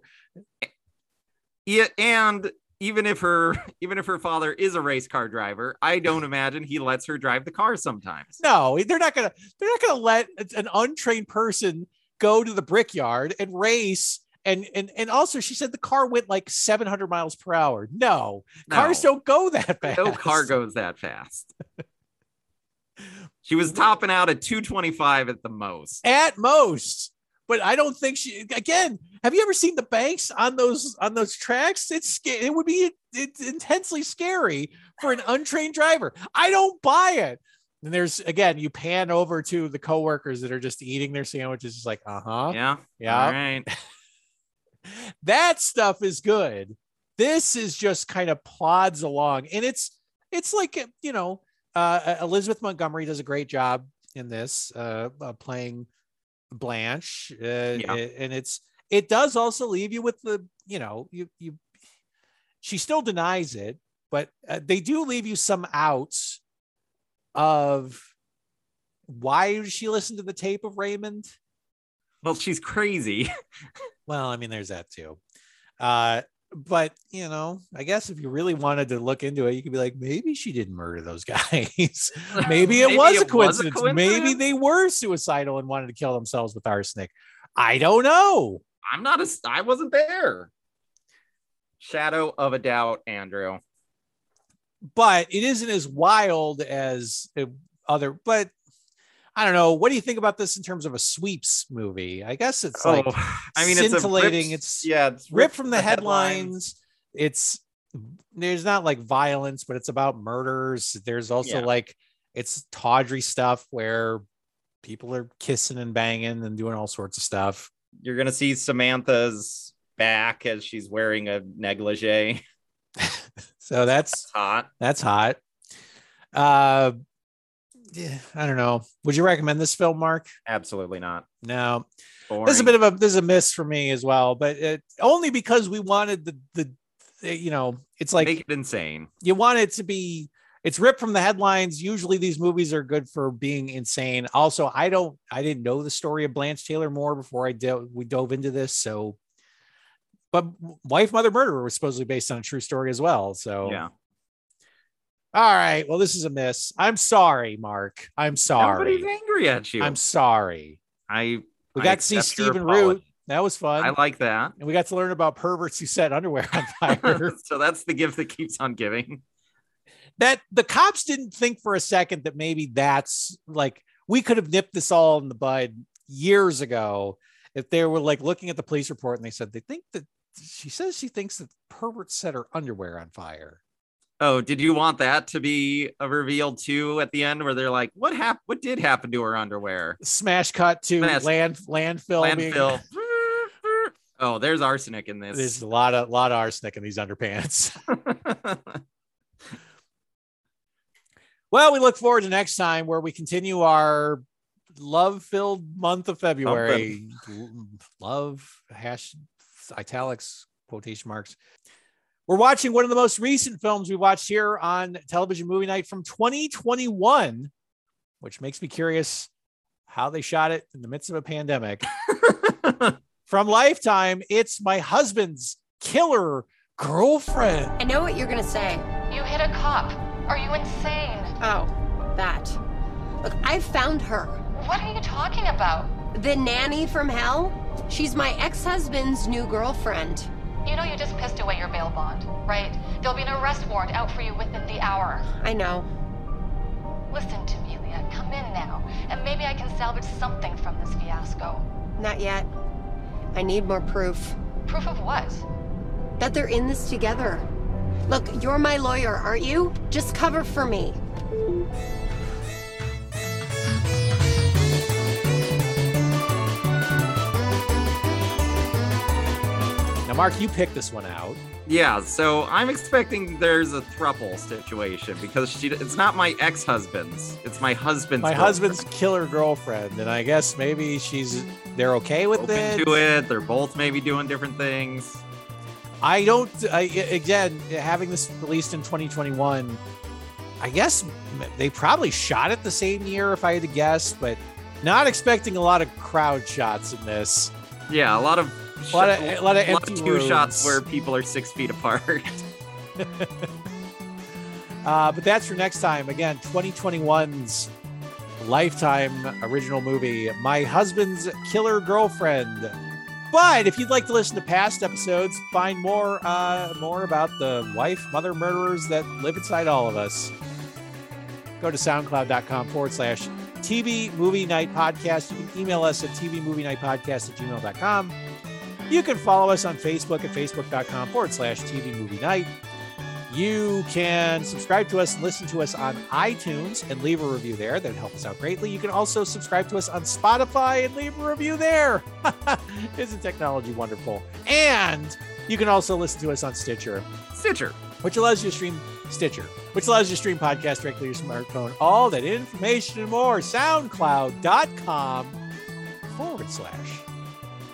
S7: Yeah, and even if her even if her father is a race car driver, I don't imagine he lets her drive the car sometimes.
S6: No, they're not going to they're not going to let an untrained person go to the brickyard and race and and and also she said the car went like 700 miles per hour. No, cars don't go that fast.
S7: no car goes that fast. she was topping out at 225 at the most.
S6: at most. But I don't think she again. Have you ever seen the banks on those on those tracks? It's sca- it would be it's intensely scary for an untrained driver. I don't buy it. And there's again, you pan over to the coworkers that are just eating their sandwiches. It's like, uh huh,
S7: Yeah.
S6: yeah.
S7: All right.
S6: That stuff is good. This is just kind of plods along, and it's it's like you know, uh, Elizabeth Montgomery does a great job in this uh, uh, playing Blanche, uh, and it's it does also leave you with the you know you you she still denies it, but uh, they do leave you some outs of why did she listen to the tape of Raymond?
S7: Well, she's crazy.
S6: Well, I mean, there's that too. Uh, but you know, I guess if you really wanted to look into it, you could be like, maybe she didn't murder those guys. maybe it, was, a coincidence. Maybe they were suicidal and wanted to kill themselves with arsenic. I don't know.
S7: I'm not a s- I wasn't there. Shadow of a doubt, Andrew.
S6: but it isn't as wild as uh, other but I don't know. What do you think about this in terms of a sweeps movie? I guess it's like
S7: oh, I mean, it's a
S6: scintillating,
S7: ripped-
S6: it's
S7: yeah, it's
S6: ripped from the
S7: headlines.
S6: headlines. It's there's not like violence, but it's about murders. There's also
S7: Yeah.
S6: like it's tawdry stuff where people are kissing and banging and doing all sorts of stuff.
S7: You're gonna see Samantha's back as she's wearing a negligee.
S6: So that's
S7: It's hot.
S6: that's hot. Uh yeah, I don't know. Would you recommend this film, Mark?
S7: Absolutely not.
S6: No.
S7: Boring.
S6: This is a bit of a this is a miss for me as well, but it, only because we wanted the the the- you know, it's like
S7: make it insane.
S6: you want it to be it's ripped from the headlines usually these movies are good for being insane also i don't i didn't know the story of blanche taylor moore before i do, we dove into this so but wife mother murderer was supposedly based on a true story as well so
S7: Yeah.
S6: all right well this is a miss i'm sorry mark i'm
S7: Everybody's
S6: sorry
S7: angry at you.
S6: i'm sorry
S7: I
S6: we
S7: I
S6: got to see
S7: accept your
S6: stephen
S7: apology.
S6: root that was fun
S7: I like that.
S6: and we got to learn about perverts who set underwear on fire
S7: so that's the gift that keeps on giving.
S6: that the cops didn't think for a second that maybe that's like we could have nipped this all in the bud years ago if they were like looking at the police report and they said they think that she says she thinks that pervert set her underwear on fire.
S7: Oh, did you want that to be a reveal too at the end where they're like, what happened? What did happen to her underwear?
S6: Smash cut to
S7: Smash.
S6: land landfill. being-
S7: Landfill. oh, there's arsenic in
S6: There's
S7: this.
S6: a lot of lot of arsenic in these underpants. well, we look forward to next time where we continue our love-filled month of February. Love hash italics quotation marks. We're watching one of the most recent films we watched here on Television Movie Night from 2021, which makes me curious how they shot it in the midst of a pandemic. From Lifetime, it's my husband's killer girlfriend.
S4: I know what you're gonna say.
S8: You hit a cop. Are you insane?
S4: Oh, that. Look, I found her.
S8: What are you talking about?
S4: The nanny from hell? She's my ex husband's new girlfriend.
S8: You know you just pissed away your bail bond, right? There'll be an arrest warrant out for you within the hour.
S4: I know.
S8: Listen to me, Leah. Come in now, and maybe I can salvage something from this fiasco.
S4: Not yet. I need more proof
S8: Proof of what?
S4: that they're in this together. Look, you're my lawyer, aren't you? Just cover for me.
S6: Now, Mark, you picked this one out.
S7: yeah, so I'm expecting there's a thruple situation because she it's not my ex-husband's. It's my husband's
S6: My
S7: girlfriend.
S6: husband's killer girlfriend, and I guess maybe she's they're okay with
S7: open
S6: it.
S7: to it. They're both maybe doing different things.
S6: I don't. I, again, having this released in 2021, I guess they probably shot it the same year, if I had to guess. But not expecting a lot of crowd shots in this.
S7: Yeah, a lot of
S6: A lot of, a lot of
S7: a lot
S6: empty
S7: of two shots
S6: rooms.
S7: where people are six feet apart.
S6: Uh, but that's for next time. Again, 2021's lifetime original movie, My Husband's Killer Girlfriend. But if you'd like to listen to past episodes, find more uh, more about the wife, mother murderers that live inside all of us. Go to soundcloud.com forward slash TV Movie Night Podcast. You can email us at TV Movie Night Podcast at gmail.com. You can follow us on Facebook at facebook.com forward slash TV Movie Night. You can subscribe to us and listen to us on iTunes and leave a review there. That'd help us out greatly. You can also subscribe to us on Spotify and leave a review there. Isn't technology wonderful? And you can also listen to us on Stitcher,
S7: Stitcher.
S6: which allows you to stream Stitcher, which allows you to stream podcasts directly to your smartphone. All that information and more. SoundCloud.com forward slash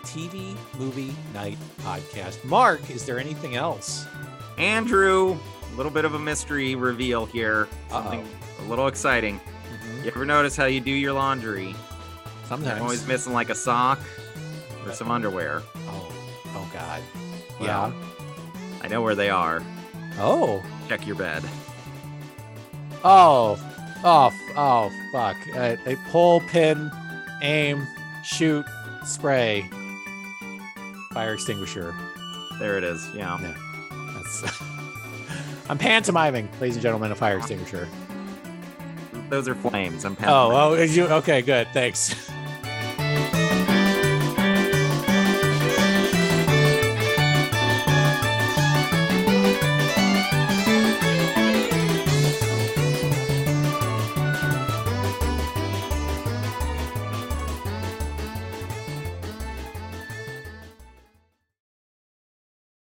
S6: TV Movie Night Podcast. Mark, is there anything else?
S7: Andrew, a little bit of a mystery reveal here. Something Mm-hmm. a little exciting. You ever notice how you do your laundry?
S6: Sometimes.
S7: I'm always missing like a sock or some underwear.
S6: Oh, oh God.
S7: Well, I know where they are.
S6: Oh.
S7: Check your bed.
S6: Oh. Oh. f- Oh. Fuck. Uh, they pull, pin, aim, shoot, spray, fire extinguisher.
S7: There it is. Yeah.
S6: That's. I'm pantomiming, ladies and gentlemen, a fire extinguisher.
S7: those are flames. I'm
S6: Oh,
S7: paddling.
S6: oh, you oh, okay? Good, thanks.